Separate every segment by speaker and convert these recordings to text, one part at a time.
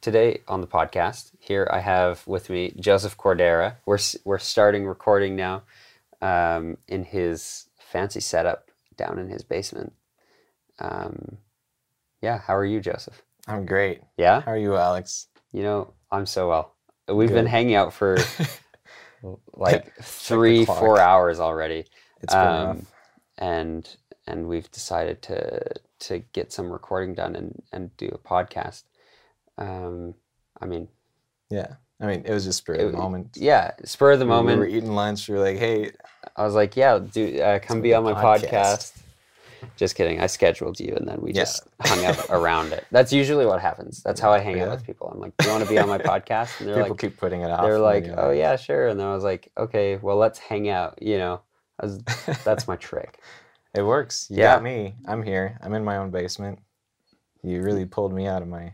Speaker 1: Today on the podcast, here I have with me Joseph Cordera. We're, s- we're starting recording now um, in his fancy setup down in his basement. Um, yeah, how are you, Joseph?
Speaker 2: I'm great.
Speaker 1: Yeah,
Speaker 2: How are you, Alex?
Speaker 1: you know, I'm so well. We've
Speaker 2: Good.
Speaker 1: been hanging out for like three,
Speaker 2: clock.
Speaker 1: four hours already.
Speaker 2: It's been
Speaker 1: Um,
Speaker 2: rough.
Speaker 1: and and we've decided to to get some recording done and and do a podcast. Um, I mean,
Speaker 2: Yeah. I mean, it was just spur of
Speaker 1: it-
Speaker 2: the moment.
Speaker 1: yeah, spur of the
Speaker 2: We were
Speaker 1: moment.
Speaker 2: eating lunch. We were like, hey,
Speaker 1: I was like, yeah, do uh, come
Speaker 2: do
Speaker 1: be
Speaker 2: the
Speaker 1: on my podcast.
Speaker 2: podcast.
Speaker 1: Just kidding. I scheduled you, and then we
Speaker 2: Yeah.
Speaker 1: just hung out around it. That's usually what happens. That's how I hang out
Speaker 2: Really?
Speaker 1: with people. I'm like, do you want to be on my podcast? And they're
Speaker 2: people
Speaker 1: like,
Speaker 2: keep putting it off.
Speaker 1: they're
Speaker 2: and
Speaker 1: like,
Speaker 2: then you're
Speaker 1: oh yeah, sure. And then I was like, okay, well, let's hang out. You know, I was, that's my trick.
Speaker 2: It works. You
Speaker 1: Yeah.
Speaker 2: got me. I'm here. I'm in my own basement. You really pulled me out of my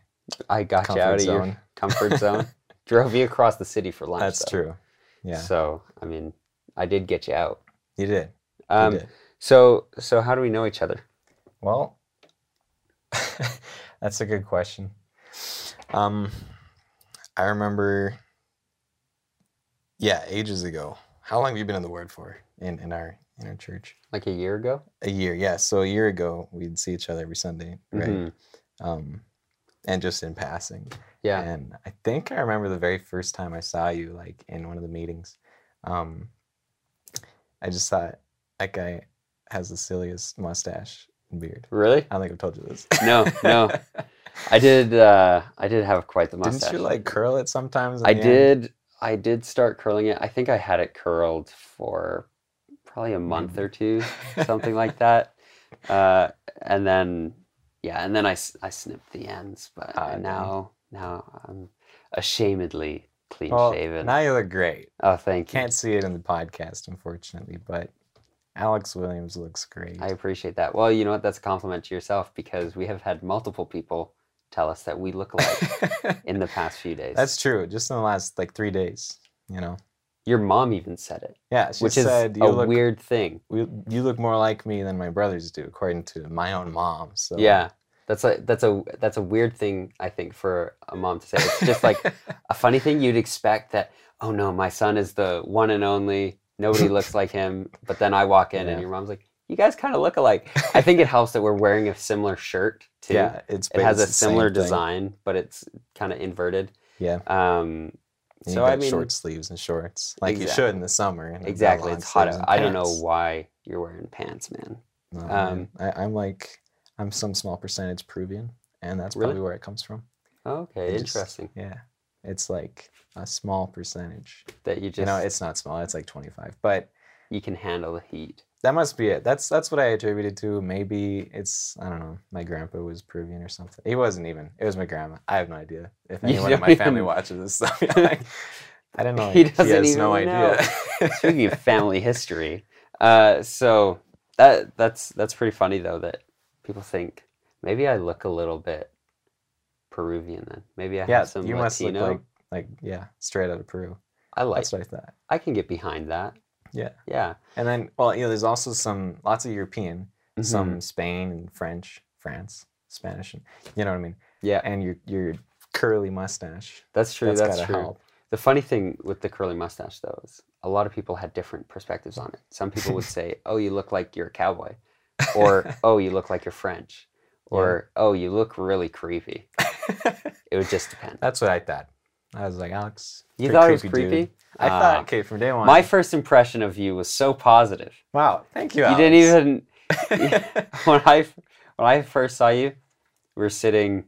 Speaker 1: I got you
Speaker 2: comfort
Speaker 1: out of your
Speaker 2: zone.
Speaker 1: comfort zone. Drove you across the city for lunch.
Speaker 2: That's
Speaker 1: though.
Speaker 2: true. Yeah.
Speaker 1: So I mean, I did get you out.
Speaker 2: you did. You
Speaker 1: Um,
Speaker 2: did.
Speaker 1: so so how do we know each other?
Speaker 2: Well, that's a good question. Um, I remember, yeah, ages ago. How long have you been in the Word for in in our in our church?
Speaker 1: Like a year ago,
Speaker 2: A year, yeah. So a year ago, we'd see each other every Sunday, right?
Speaker 1: Mhm.
Speaker 2: Um, and just in passing.
Speaker 1: Yeah.
Speaker 2: And I think I remember the very first time I saw you, like in one of the meetings. Um, I just thought that guy has the silliest mustache and beard.
Speaker 1: Really?
Speaker 2: I don't think I've told you this.
Speaker 1: No, no. I did. Uh, I did have quite the mustache.
Speaker 2: Didn't you like curl it sometimes? in
Speaker 1: I
Speaker 2: the end?
Speaker 1: did. I did start curling it. I think I had it curled for probably a month
Speaker 2: Maybe.
Speaker 1: or two, something like that. Uh, and then, yeah, and then I, s- I snipped the ends, but uh,
Speaker 2: Ah, okay.
Speaker 1: now now I'm ashamedly clean
Speaker 2: Well,
Speaker 1: shaven.
Speaker 2: now you look great.
Speaker 1: oh, thank you.
Speaker 2: Can't see it in the podcast, unfortunately, but Alex Williams looks great.
Speaker 1: I appreciate that. Well, you know what? That's a compliment to yourself because we have had multiple people tell us that we look alike in the past few days.
Speaker 2: That's true. Just in the last like three days, you know.
Speaker 1: Your mom even said it,
Speaker 2: Yeah, she
Speaker 1: which
Speaker 2: said
Speaker 1: is
Speaker 2: you
Speaker 1: a
Speaker 2: look
Speaker 1: weird thing.
Speaker 2: you you look more like me than my brothers do, according to my own mom. So
Speaker 1: Yeah. That's a that's a that's a weird thing I think for a mom to say. It's just like a funny thing you'd expect that oh no, my son is the one and only. Nobody looks like him. But then I walk in
Speaker 2: Yeah.
Speaker 1: and your mom's like, "You guys kind of look alike." I think it helps that we're wearing a similar shirt too.
Speaker 2: yeah, it's
Speaker 1: It has
Speaker 2: it's
Speaker 1: a
Speaker 2: the same
Speaker 1: similar
Speaker 2: thing.
Speaker 1: design, but it's kind of inverted.
Speaker 2: Yeah,
Speaker 1: Um,
Speaker 2: and
Speaker 1: so
Speaker 2: you got
Speaker 1: I mean,
Speaker 2: short sleeves and shorts, like you
Speaker 1: Exactly.
Speaker 2: should in the summer. and you've got
Speaker 1: exactly,
Speaker 2: long
Speaker 1: it's hot
Speaker 2: sleeves
Speaker 1: out.
Speaker 2: and
Speaker 1: I don't know
Speaker 2: pants.
Speaker 1: why you're wearing pants, man.
Speaker 2: No,
Speaker 1: Um,
Speaker 2: man. I, I'm like, I'm some small percentage Peruvian, and that's
Speaker 1: Really?
Speaker 2: probably where it comes from.
Speaker 1: Okay,
Speaker 2: It just-
Speaker 1: interesting.
Speaker 2: Yeah, it's like a small percentage.
Speaker 1: that you just
Speaker 2: you know, it's not small. It's like 25, but
Speaker 1: you can handle the heat.
Speaker 2: that must be it. That's that's what I attributed to. Maybe it's I don't know. My grandpa was Peruvian or something. He wasn't even. It was my grandma. I have no idea if
Speaker 1: You
Speaker 2: anyone in
Speaker 1: don't
Speaker 2: my family
Speaker 1: even-
Speaker 2: watches this stuff. yeah, like, I don't know.
Speaker 1: He
Speaker 2: like,
Speaker 1: doesn't
Speaker 2: has no
Speaker 1: even
Speaker 2: idea.
Speaker 1: Speaking of family history, uh, so that that's that's pretty funny though that people think maybe I look a little bit Peruvian then. Maybe I
Speaker 2: yeah,
Speaker 1: have some
Speaker 2: you must look
Speaker 1: Latino.
Speaker 2: like like yeah, straight out of Peru.
Speaker 1: I like.
Speaker 2: That's what I thought.
Speaker 1: I can get behind that.
Speaker 2: Yeah.
Speaker 1: Yeah.
Speaker 2: And then well, you know, there's also some lots of European,
Speaker 1: Mhm.
Speaker 2: some Spain and French, France, Spanish, and you know what I mean.
Speaker 1: Yeah,
Speaker 2: And your your curly mustache.
Speaker 1: that's true. That's,
Speaker 2: gotta
Speaker 1: true.
Speaker 2: help.
Speaker 1: The funny thing with the curly mustache, though, is a lot of people had different perspectives on it. Some people would say, "Oh, you look like you're a cowboy," or "Oh, you look like you're French,"
Speaker 2: Yeah.
Speaker 1: or "Oh, you look really creepy." it would just depend.
Speaker 2: That's what I thought. I was like, Alex.
Speaker 1: You
Speaker 2: pretty
Speaker 1: thought it was
Speaker 2: dude.
Speaker 1: creepy?
Speaker 2: I
Speaker 1: Ah.
Speaker 2: thought, okay, from day one.
Speaker 1: My first impression of you was so positive.
Speaker 2: wow, thank you.
Speaker 1: You
Speaker 2: Alex.
Speaker 1: didn't even
Speaker 2: even.
Speaker 1: when I when I first saw you, we were sitting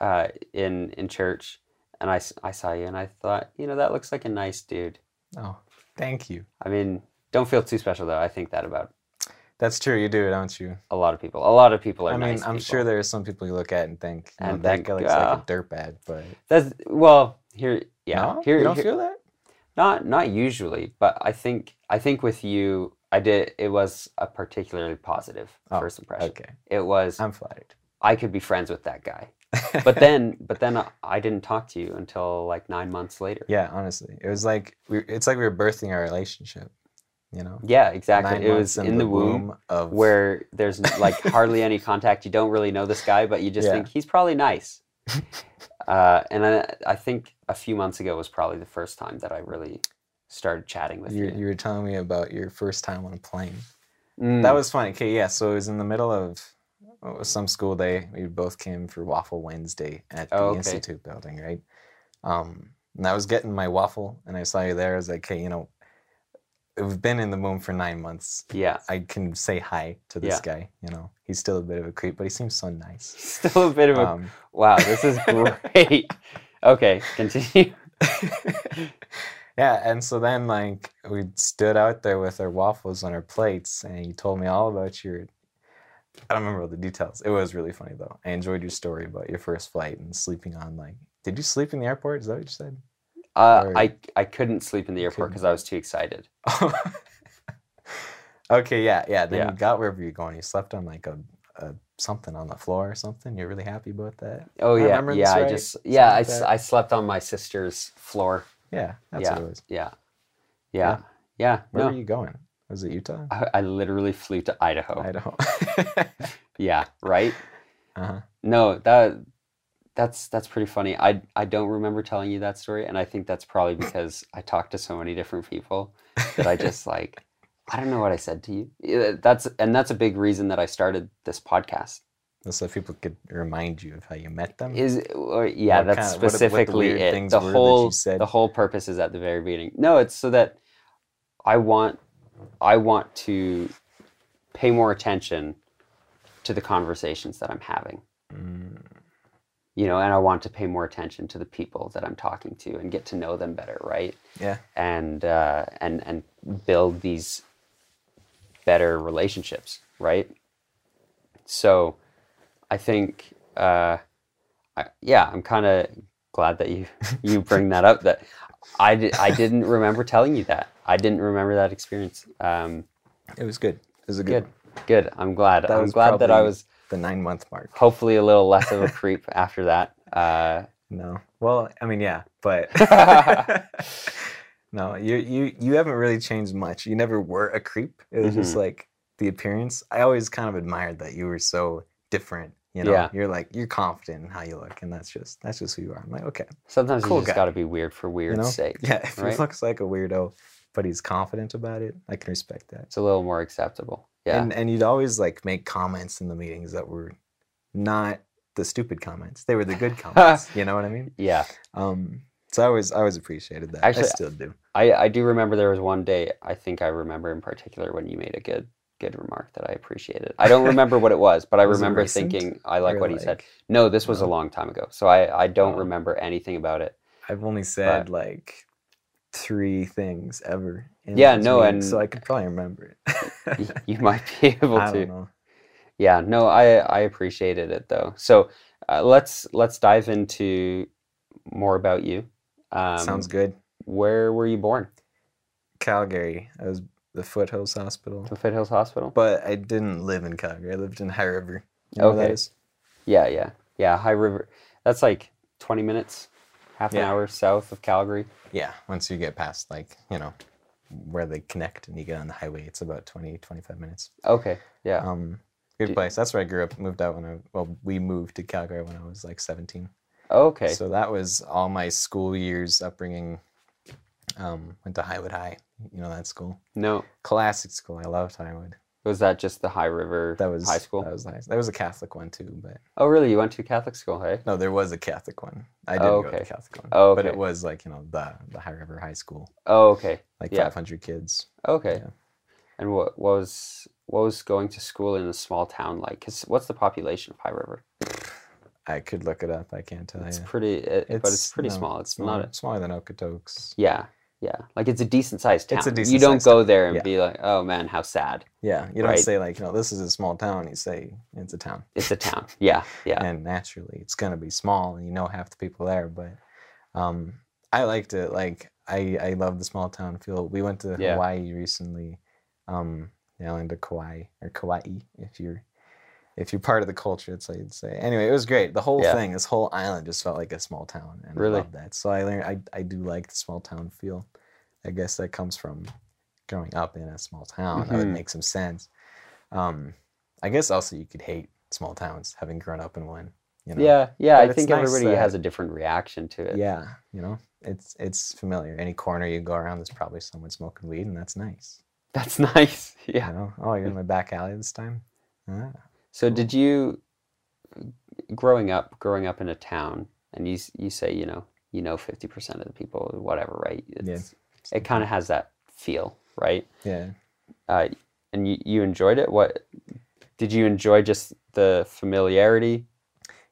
Speaker 1: uh, in in church, and I, s- I saw you, and I thought, you know, that looks like a nice dude.
Speaker 2: oh, thank you.
Speaker 1: I mean, don't feel too special though. I think that about
Speaker 2: That's true. You do, don't you?
Speaker 1: a lot of people. A lot of people are.
Speaker 2: I mean,
Speaker 1: nice
Speaker 2: I'm
Speaker 1: people.
Speaker 2: sure there are some people you look at and think, you know,
Speaker 1: And
Speaker 2: that
Speaker 1: think,
Speaker 2: guy looks
Speaker 1: "Ah."
Speaker 2: like a dirtbag. But
Speaker 1: that's well here. Yeah,
Speaker 2: no?
Speaker 1: here,
Speaker 2: you don't
Speaker 1: here-
Speaker 2: feel that.
Speaker 1: not not usually, but I think I think with you, I did. It was a particularly positive
Speaker 2: Oh,
Speaker 1: first impression.
Speaker 2: Okay, Um,
Speaker 1: It was
Speaker 2: I'm flattered.
Speaker 1: I could be friends with that guy. But then, but then I- I didn't talk to you until like nine months later.
Speaker 2: yeah, honestly, it was like we. It's like we were birthing our relationship. You know,
Speaker 1: Yeah, exactly.
Speaker 2: Nine
Speaker 1: it
Speaker 2: months
Speaker 1: was in the womb,
Speaker 2: of
Speaker 1: where there's like hardly any contact. You don't really know this guy, but you just
Speaker 2: Yeah.
Speaker 1: think he's probably nice. Uh, and I, I think a few months ago was probably the first time that I really started chatting with
Speaker 2: You,
Speaker 1: you.
Speaker 2: you were telling me about your first time on a plane.
Speaker 1: Mm,
Speaker 2: That was funny. Okay, yeah. So it was in the middle of it was some school day. We both came for Waffle Wednesday at the
Speaker 1: Oh, okay.
Speaker 2: Institute building, right? Um, and I was getting my waffle, and I saw you there. I was like, hey, you know, we've been in the room for nine months.
Speaker 1: yeah.
Speaker 2: I can say hi to this guy. You know, he's still a bit of a creep, but he seems so nice.
Speaker 1: Still a bit of a
Speaker 2: Um,
Speaker 1: wow. This is great. okay, continue.
Speaker 2: yeah, and so then like we stood out there with our waffles on our plates, and you told me all about your. I don't remember all the details. It was really funny though. I enjoyed your story about your first flight and sleeping on like. Did you sleep in the airport? Is that what you said?
Speaker 1: Uh,
Speaker 2: Or-
Speaker 1: I I couldn't sleep in the airport
Speaker 2: Couldn't.
Speaker 1: because I was too excited.
Speaker 2: okay, yeah, yeah. Then
Speaker 1: Yeah.
Speaker 2: you got wherever you're going. You slept on like a, a something on the floor or something. You're really happy about that.
Speaker 1: Oh
Speaker 2: I
Speaker 1: yeah,
Speaker 2: remember this
Speaker 1: yeah. I
Speaker 2: right,
Speaker 1: just yeah. I,
Speaker 2: like
Speaker 1: s-
Speaker 2: that.
Speaker 1: I slept on my sister's floor.
Speaker 2: Yeah, that's what it was.
Speaker 1: Yeah, yeah,
Speaker 2: Yeah.
Speaker 1: yeah.
Speaker 2: Where
Speaker 1: no,
Speaker 2: were you going? Was it Utah?
Speaker 1: I, I literally flew to Idaho.
Speaker 2: Idaho.
Speaker 1: yeah, right.
Speaker 2: uh-huh.
Speaker 1: No, that that's that's pretty funny. I I don't remember telling you that story, and I think that's probably because I talked to so many different people that I just like I don't know what I said to you. Yeah, That's and that's a big reason that I started this podcast.
Speaker 2: So people could remind you of how you met them.
Speaker 1: Is or, yeah,
Speaker 2: Hmm. What
Speaker 1: that's
Speaker 2: kind- what- what the
Speaker 1: specifically
Speaker 2: weird
Speaker 1: it.
Speaker 2: things
Speaker 1: The
Speaker 2: were that you
Speaker 1: whole
Speaker 2: said?
Speaker 1: the whole purpose is at the very beginning. No, it's so that I want I want to pay more attention to the conversations that I'm having.
Speaker 2: Mm,
Speaker 1: you know, and I want to pay more attention to the people that I'm talking to and get to know them better, right?
Speaker 2: yeah.
Speaker 1: And uh, and and build these better relationships, right? So, I think, uh, I, yeah, I'm kind of glad that you you bring that up. That I di- I didn't remember telling you that. I didn't remember that experience. Um,
Speaker 2: It was good. It was a good,
Speaker 1: good, good. I'm glad.
Speaker 2: That
Speaker 1: I'm
Speaker 2: was
Speaker 1: glad that I
Speaker 2: probably-
Speaker 1: was
Speaker 2: the nine month mark.
Speaker 1: hopefully a little less of a creep after that. Uh,
Speaker 2: No. Well, I mean, yeah, but no, you you you haven't really changed much. You never were a creep. It was
Speaker 1: Mm-hmm.
Speaker 2: just like the appearance. I always kind of admired that you were so different. You know,
Speaker 1: Yeah.
Speaker 2: you're like you're confident in how you look, and that's just that's just who you are. I'm like, okay,
Speaker 1: Sometimes
Speaker 2: Cool
Speaker 1: you just
Speaker 2: guy.
Speaker 1: got to be weird for
Speaker 2: you
Speaker 1: weird's
Speaker 2: know,
Speaker 1: sake.
Speaker 2: yeah. If
Speaker 1: right?
Speaker 2: he looks like a weirdo, but he's confident about it, I can respect that.
Speaker 1: It's a little more acceptable. Yeah.
Speaker 2: And and you'd always like make comments in the meetings that were not the stupid comments. They were the good comments. you know what I mean?
Speaker 1: yeah.
Speaker 2: Um so I always I always appreciated that.
Speaker 1: Actually,
Speaker 2: I still do.
Speaker 1: I, I do remember there was one day, I think I remember in particular when you made a good good remark that I appreciated. I don't remember what it was, but I
Speaker 2: Was it
Speaker 1: remember
Speaker 2: recent?
Speaker 1: thinking I like
Speaker 2: Or,
Speaker 1: what he said. No, this was a
Speaker 2: No.
Speaker 1: long time ago. So I, I don't
Speaker 2: Oh.
Speaker 1: remember anything about it.
Speaker 2: I've only said like three things ever. in
Speaker 1: Yeah,
Speaker 2: those
Speaker 1: no,
Speaker 2: meetings, so
Speaker 1: and-
Speaker 2: I could probably remember
Speaker 1: Y-
Speaker 2: it.
Speaker 1: you might be able
Speaker 2: I
Speaker 1: to.
Speaker 2: don't know.
Speaker 1: Yeah, no, I I appreciated it though. So uh, let's let's dive into more about you. Um,
Speaker 2: Sounds good.
Speaker 1: Where were you born?
Speaker 2: Calgary. I was the Foothills Hospital.
Speaker 1: The Foothills Hospital.
Speaker 2: But I didn't live in Calgary. I lived in High River. You know where
Speaker 1: Okay.
Speaker 2: that is?
Speaker 1: Yeah, yeah, yeah. High River. That's like twenty minutes, half an
Speaker 2: Yeah.
Speaker 1: hour south of Calgary.
Speaker 2: Yeah. Once you get past like, you know, where they connect and you get on the highway, it's about 20, 25 minutes.
Speaker 1: Okay. Yeah.
Speaker 2: Um good
Speaker 1: Do-
Speaker 2: place. That's where I grew up. Moved out when I well, we moved to Calgary when I was like seventeen.
Speaker 1: okay.
Speaker 2: So that was all my school years upbringing. Um, went to Highwood High, you know that school,
Speaker 1: no,
Speaker 2: classic school. I loved Highwood.
Speaker 1: was that just the High River
Speaker 2: That was uh,
Speaker 1: high school?
Speaker 2: That was nice. That was a Catholic one too, but
Speaker 1: oh, really? You went to Catholic school, hey?
Speaker 2: no, there was a Catholic one. I didn't
Speaker 1: Oh,
Speaker 2: go to the
Speaker 1: okay.
Speaker 2: Catholic one,
Speaker 1: Oh,
Speaker 2: but it
Speaker 1: okay.
Speaker 2: was like you know the the High River High School,
Speaker 1: Oh, okay.
Speaker 2: like
Speaker 1: Yeah.
Speaker 2: 500 kids.
Speaker 1: Okay.
Speaker 2: Yeah.
Speaker 1: And what, what was what was going to school in a small town like? 'Cause what's the population of High River?
Speaker 2: I could look it up. I can't tell
Speaker 1: It's
Speaker 2: you.
Speaker 1: pretty, it, but it's pretty
Speaker 2: Oh, no,
Speaker 1: small. It's
Speaker 2: smaller,
Speaker 1: not. A,
Speaker 2: smaller than Okotoks.
Speaker 1: yeah, yeah. Like it's a decent sized town.
Speaker 2: It's a
Speaker 1: you
Speaker 2: decent
Speaker 1: don't
Speaker 2: sized
Speaker 1: go
Speaker 2: town,
Speaker 1: there and
Speaker 2: yeah.
Speaker 1: be like, oh man, how sad.
Speaker 2: Yeah, you don't
Speaker 1: Right.
Speaker 2: say like you know this is a small town. You say it's a town.
Speaker 1: It's a town. Yeah, yeah.
Speaker 2: and naturally it's going to be small and you know half the people there but um i liked it like i i love the small town feel we went to
Speaker 1: Yeah.
Speaker 2: hawaii recently um the island of kauai or kauai if you're if you're part of the culture it's like you'd say anyway it was great the whole
Speaker 1: Yeah.
Speaker 2: thing this whole island just felt like a small town and
Speaker 1: Really?
Speaker 2: i love that so i learned i, I do like the small town feel i guess that comes from growing up in a small town that would
Speaker 1: Mhm.
Speaker 2: make some sense um i guess also you could hate small towns having grown up in one You know?
Speaker 1: yeah, yeah.
Speaker 2: But
Speaker 1: I
Speaker 2: it's
Speaker 1: think
Speaker 2: nice
Speaker 1: everybody
Speaker 2: that-
Speaker 1: has a different reaction to it.
Speaker 2: Yeah, you know, it's it's familiar. Any corner you go around, there's probably someone smoking weed, and that's nice.
Speaker 1: that's nice. Yeah.
Speaker 2: You know, oh, you're in my back alley this time. Ah.
Speaker 1: So did you, growing up, growing up in a town, and you s- you say you know you know fifty percent of the people, whatever, right? It's, It kind
Speaker 2: Mm-hmm.
Speaker 1: of has that feel, right?
Speaker 2: Yeah,
Speaker 1: Uh, and you, you enjoyed it. What did you enjoy? Just the familiarity,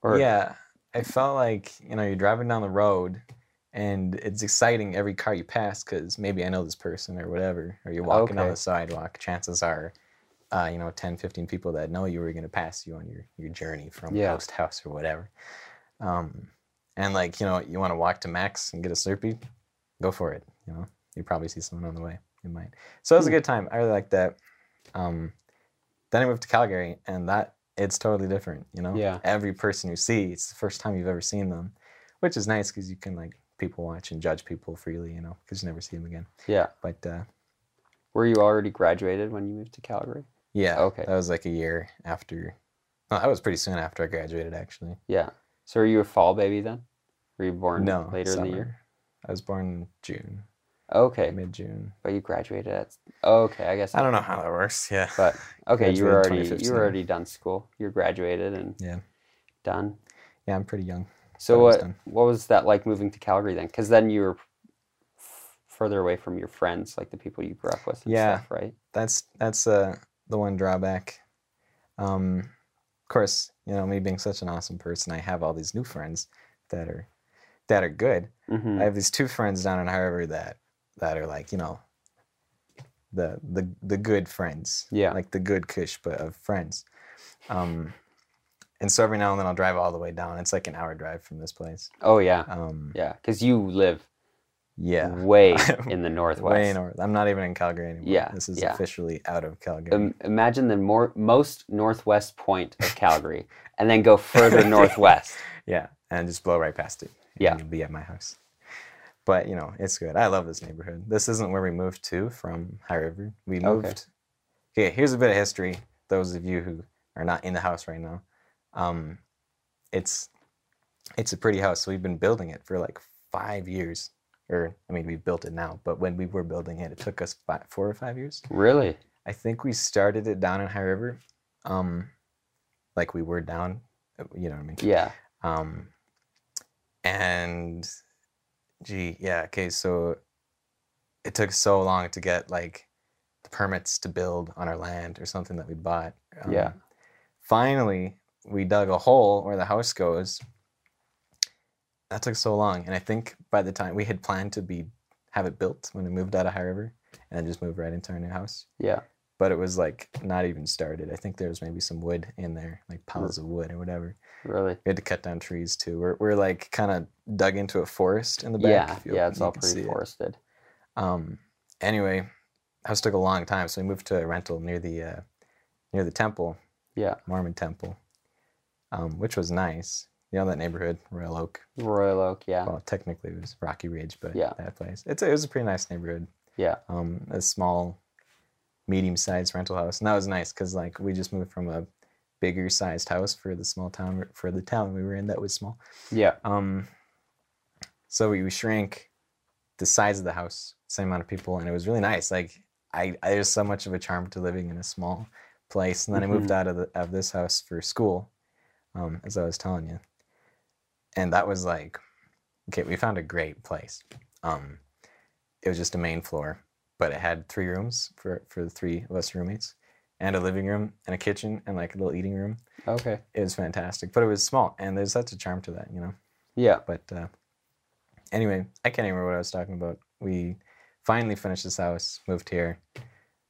Speaker 1: or
Speaker 2: yeah. I felt like you know you're driving down the road, and it's exciting every car you pass because maybe I know this person or whatever, or you're walking down
Speaker 1: Okay.
Speaker 2: the sidewalk. Chances are, uh, you know, 10, 15 people that know you are going to pass you on your your journey from
Speaker 1: Yeah.
Speaker 2: house to house or whatever. Um, and like you know, you want to walk to Max and get a Slurpee, go for it. You know, you probably see someone on the way. You might. So it was a
Speaker 1: Hmm.
Speaker 2: good time. I really liked that. Um, then I moved to Calgary, and that it's totally different. You know,
Speaker 1: Yeah.
Speaker 2: Every person you see, it's the first time you've ever seen them, which is nice because you can like people watch and judge people freely. You know, because you never see them again.
Speaker 1: yeah.
Speaker 2: But uh,
Speaker 1: Were you already graduated when you moved to Calgary?
Speaker 2: yeah,
Speaker 1: Okay.
Speaker 2: That was like a year after. No, that was pretty soon after I graduated, actually.
Speaker 1: Yeah. So are you a fall baby then? Were you born
Speaker 2: no,
Speaker 1: later in the year?
Speaker 2: summer. I was born in June,
Speaker 1: Okay,
Speaker 2: mid June.
Speaker 1: but you graduated at. oh, Okay, I guess.
Speaker 2: I don't know how that works. Yeah.
Speaker 1: But okay, you were
Speaker 2: Graduated
Speaker 1: already you
Speaker 2: 2015.
Speaker 1: were already done school. You're graduated and
Speaker 2: Yeah.
Speaker 1: done.
Speaker 2: Yeah, I'm pretty young.
Speaker 1: So
Speaker 2: I was
Speaker 1: what
Speaker 2: done.
Speaker 1: what was that like moving to Calgary then? Because then you were f- further away from your friends, like the people you grew up with. And
Speaker 2: Yeah.
Speaker 1: stuff, right.
Speaker 2: That's that's uh the one drawback. Um of course, you know, me being such an awesome person, I have all these new friends that are that are good.
Speaker 1: hmm
Speaker 2: I have these two friends down in Harvard that that are like, you know, the the the good friends.
Speaker 1: Yeah.
Speaker 2: Like the good kush but of friends. Um and so every now and then I'll drive all the way down. It's like an hour drive from this place.
Speaker 1: oh yeah,
Speaker 2: Um
Speaker 1: yeah. Mm, Because you live
Speaker 2: yeah.
Speaker 1: way in the northwest.
Speaker 2: Way north. I'm not even in Calgary anymore.
Speaker 1: Yeah,
Speaker 2: This is
Speaker 1: yeah.
Speaker 2: officially out of Calgary.
Speaker 1: Im- imagine the more most northwest point of Calgary, and then go further northwest.
Speaker 2: Yeah, and just blow right past it. and
Speaker 1: Yeah.
Speaker 2: you'll be at my house. But you know, it's good. I love this neighborhood. This isn't where we moved to from High River. We
Speaker 1: Okay.
Speaker 2: moved. Okay, here's a bit of history. Those of you who are not in the house right now, um, it's it's a pretty house. So we've been building it for like five years, or I mean, we built it now. But when we were building it, it took us fi four or five years.
Speaker 1: Really?
Speaker 2: I think we started it down in High River, um, like we were down. You know what I mean?
Speaker 1: Yeah.
Speaker 2: Um, and gee, yeah, okay, so it took so long to get like the permits to build on our land or something that we bought. Um,
Speaker 1: Yeah.
Speaker 2: Finally, we dug a hole where the house goes. That took so long, and I think by the time we had planned to be have it built when we moved out of High River, and then just move right into our new house.
Speaker 1: Yeah.
Speaker 2: But it was like not even started. I think there was maybe some wood in there, like piles of wood or whatever.
Speaker 1: Really.
Speaker 2: We had to cut down trees too. We're, we're like kind of dug into a forest in the back.
Speaker 1: Yeah.
Speaker 2: if you
Speaker 1: Yeah.
Speaker 2: open-
Speaker 1: It's
Speaker 2: you
Speaker 1: all
Speaker 2: can
Speaker 1: pretty
Speaker 2: see it.
Speaker 1: forested.
Speaker 2: Um, anyway, house took a long time, so we moved to a rental near the uh, near the temple,
Speaker 1: Yeah.
Speaker 2: Mormon temple, um, which was nice. You know that neighborhood, Royal Oak.
Speaker 1: Royal Oak. Yeah.
Speaker 2: Well, technically it was Rocky Ridge, but
Speaker 1: Yeah.
Speaker 2: that place. It's a, it was a pretty nice neighborhood.
Speaker 1: Yeah.
Speaker 2: Um, a small, medium-sized rental house, and that was nice because like we just moved from a bigger-sized house for the small town for the town we were in that was small.
Speaker 1: Yeah.
Speaker 2: Um, so we, we shrank the size of the house, same amount of people, and it was really nice. Like I, I there's so much of a charm to living in a small place. And then I moved out of the, of this house for school, um, as I was telling you, and that was like, okay, we found a great place. Um, it was just a main floor, but it had three rooms for for the three of us roommates, and a living room and a kitchen and like a little eating room.
Speaker 1: Okay.
Speaker 2: It was fantastic, but it was small, and there's such a charm to that, you know.
Speaker 1: Yeah.
Speaker 2: But uh, anyway, I can't even remember what I was talking about. We finally finished this house, moved here,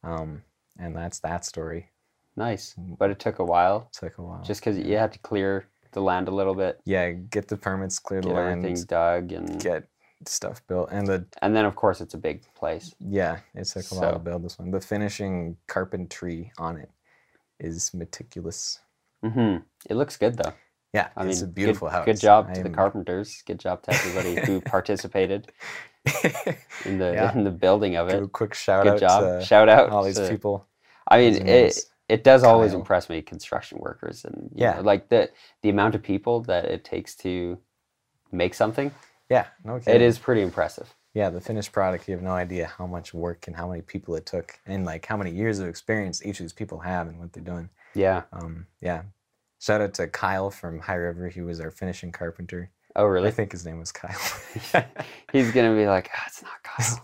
Speaker 2: um, and that's that story.
Speaker 1: Nice.
Speaker 2: Mm-hmm.
Speaker 1: But it took a while
Speaker 2: Took a while.
Speaker 1: just because you had to clear the land a little bit,
Speaker 2: yeah, get the permits, clear the
Speaker 1: get everything
Speaker 2: land,
Speaker 1: dug, and
Speaker 2: get stuff built, and the
Speaker 1: and then of course it's a big place.
Speaker 2: yeah, it took a while
Speaker 1: So-
Speaker 2: to build this one. The finishing carpentry on it is meticulous.
Speaker 1: hmm It looks good though.
Speaker 2: Yeah,
Speaker 1: I
Speaker 2: it's
Speaker 1: mean,
Speaker 2: a
Speaker 1: good-
Speaker 2: beautiful
Speaker 1: good,
Speaker 2: house.
Speaker 1: job to the
Speaker 2: I'm-
Speaker 1: carpenters. Good job to everybody who participated in the
Speaker 2: Yeah.
Speaker 1: in the building of it.
Speaker 2: Quick shout
Speaker 1: good
Speaker 2: out
Speaker 1: job.
Speaker 2: to
Speaker 1: Shout out
Speaker 2: all these
Speaker 1: to-
Speaker 2: people.
Speaker 1: I mean,
Speaker 2: these
Speaker 1: it,
Speaker 2: names.
Speaker 1: it does always
Speaker 2: Kyle.
Speaker 1: impress me construction workers and you
Speaker 2: Yeah.
Speaker 1: know, like the the amount of people that it takes to make something
Speaker 2: Yeah, no kidding.
Speaker 1: it is pretty impressive
Speaker 2: Yeah, the finished product, you have no idea how much work and how many people it took and like how many years of experience each of these people have and what they're doing.
Speaker 1: yeah
Speaker 2: Um, yeah. Shout out to Kyle from High River. He was our finishing carpenter.
Speaker 1: oh
Speaker 2: I
Speaker 1: really
Speaker 2: think his name was Kyle.
Speaker 1: he's gonna be like ah, it's not kyle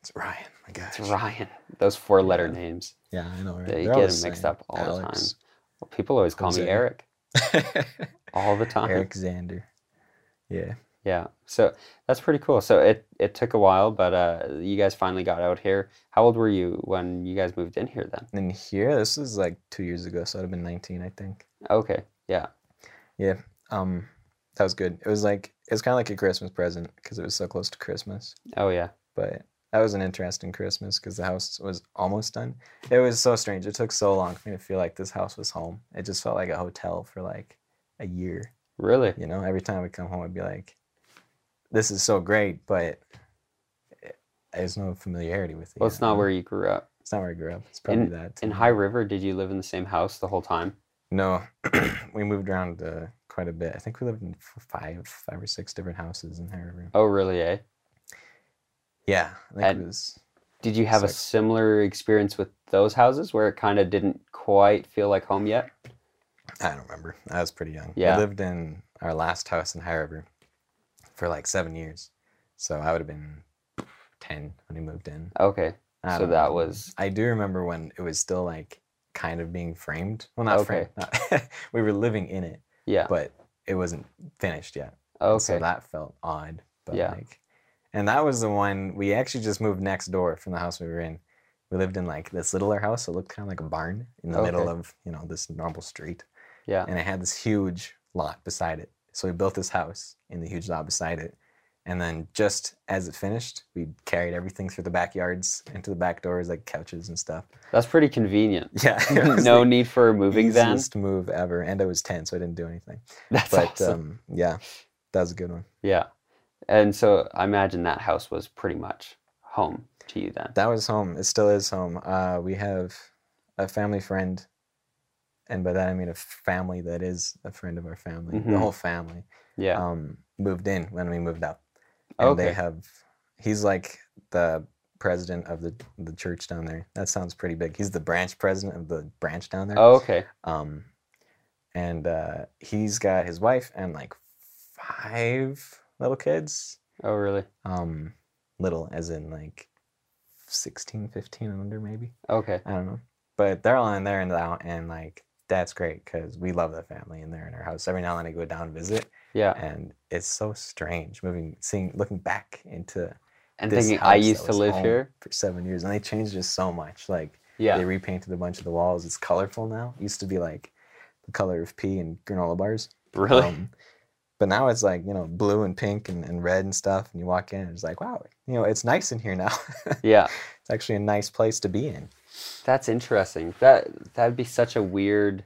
Speaker 2: it's Ryan. My gosh.
Speaker 1: it's ryan those four letter names
Speaker 2: Yeah, I know. Right?
Speaker 1: they
Speaker 2: They're
Speaker 1: get
Speaker 2: all the
Speaker 1: them mixed
Speaker 2: same.
Speaker 1: up all
Speaker 2: Alex.
Speaker 1: the time people always call me
Speaker 2: Jose.
Speaker 1: eric Uh-huh. all the time
Speaker 2: Eric Xander. Yeah.
Speaker 1: yeah so that's pretty cool so it it took a while but uh you guys finally got out here how old were you when you guys moved in here then
Speaker 2: And here, this is like two years ago, so I'd have been 19, I think.
Speaker 1: okay yeah
Speaker 2: um that was good it was like it was kind of like a christmas present because it was so close to christmas
Speaker 1: oh yeah
Speaker 2: but that was an interesting christmas because the house was almost done it was so strange it took so long for me to feel like this house was home it just felt like a hotel for like a year
Speaker 1: really
Speaker 2: you know every time i come home i'd be like this is so great but it- there's no familiarity with it
Speaker 1: Well,
Speaker 2: you
Speaker 1: it's not
Speaker 2: know?
Speaker 1: where you grew up.
Speaker 2: it's not where i grew up it's probably that
Speaker 1: In
Speaker 2: too.
Speaker 1: High River, did you live in the same house the whole time?
Speaker 2: no we moved around uh, quite a bit i think we lived in f- five five or six different houses in Harvard.
Speaker 1: Oh, really? Eh?
Speaker 2: Yeah, I think
Speaker 1: And-
Speaker 2: it was.
Speaker 1: Did you have a
Speaker 2: Six.
Speaker 1: similar experience with those houses where it kind of didn't quite feel like home yet?
Speaker 2: I don't remember. I was pretty young.
Speaker 1: Yeah.
Speaker 2: We lived in our last house in High River for like seven years, so I would have been ten when we moved in.
Speaker 1: Okay.
Speaker 2: I
Speaker 1: So
Speaker 2: don't
Speaker 1: that
Speaker 2: know.
Speaker 1: was-
Speaker 2: I do remember when it was still like kind of being framed. Well, not
Speaker 1: Okay.
Speaker 2: framed. not- we were living in it,
Speaker 1: Yeah.
Speaker 2: but it wasn't finished yet.
Speaker 1: Okay.
Speaker 2: So that felt odd. But
Speaker 1: Yeah.
Speaker 2: like and that was the one we actually just moved next door from the house we were in. We lived in like this littler house. It looked kind of like a barn in the middle
Speaker 1: Okay.
Speaker 2: of, you know, this normal street.
Speaker 1: yeah.
Speaker 2: And it had this huge lot beside it. So we built this house in the huge lot beside it. And then just as it finished, we carried everything through the backyards into the back doors, like couches and stuff.
Speaker 1: That's pretty convenient.
Speaker 2: Yeah. it was
Speaker 1: no
Speaker 2: the
Speaker 1: need for a moving van.
Speaker 2: easiest move ever. And I was 10, so I didn't do anything.
Speaker 1: That's
Speaker 2: But
Speaker 1: awesome.
Speaker 2: um, yeah, that was a good one.
Speaker 1: yeah. And so I imagine that house was pretty much home to you then.
Speaker 2: That was home. It still is home. Uh, we have a family friend, and by that I mean a family that is a friend of our family.
Speaker 1: Mhm.
Speaker 2: The whole family
Speaker 1: yeah.
Speaker 2: um, moved in when we moved out, and
Speaker 1: okay.
Speaker 2: they have. He's like the president of the the church down there. That sounds pretty big. He's the branch president of the branch down there.
Speaker 1: oh, okay.
Speaker 2: Um, and uh, he's got his wife and like five little kids
Speaker 1: Oh, really?
Speaker 2: um little as in like 16 15 and under maybe
Speaker 1: Okay.
Speaker 2: i don't know but they're all in there and out and like that's great because we love the family and they're in our house every now and then i go down and visit
Speaker 1: Yeah.
Speaker 2: and it's so strange moving seeing looking back into
Speaker 1: And
Speaker 2: this
Speaker 1: thinking
Speaker 2: house
Speaker 1: I
Speaker 2: that
Speaker 1: used to
Speaker 2: was
Speaker 1: live
Speaker 2: home
Speaker 1: here.
Speaker 2: for seven years and they changed just so much like
Speaker 1: Yeah.
Speaker 2: they repainted a bunch of the walls it's colorful now it used to be like the color of pea and granola bars
Speaker 1: really?
Speaker 2: um, but now it's like, you know, blue and pink and, and red and stuff. And you walk in and it's like, wow, you know, it's nice in here now. it's
Speaker 1: yeah.
Speaker 2: actually a nice place to be in.
Speaker 1: That's interesting. That that'd be such a weird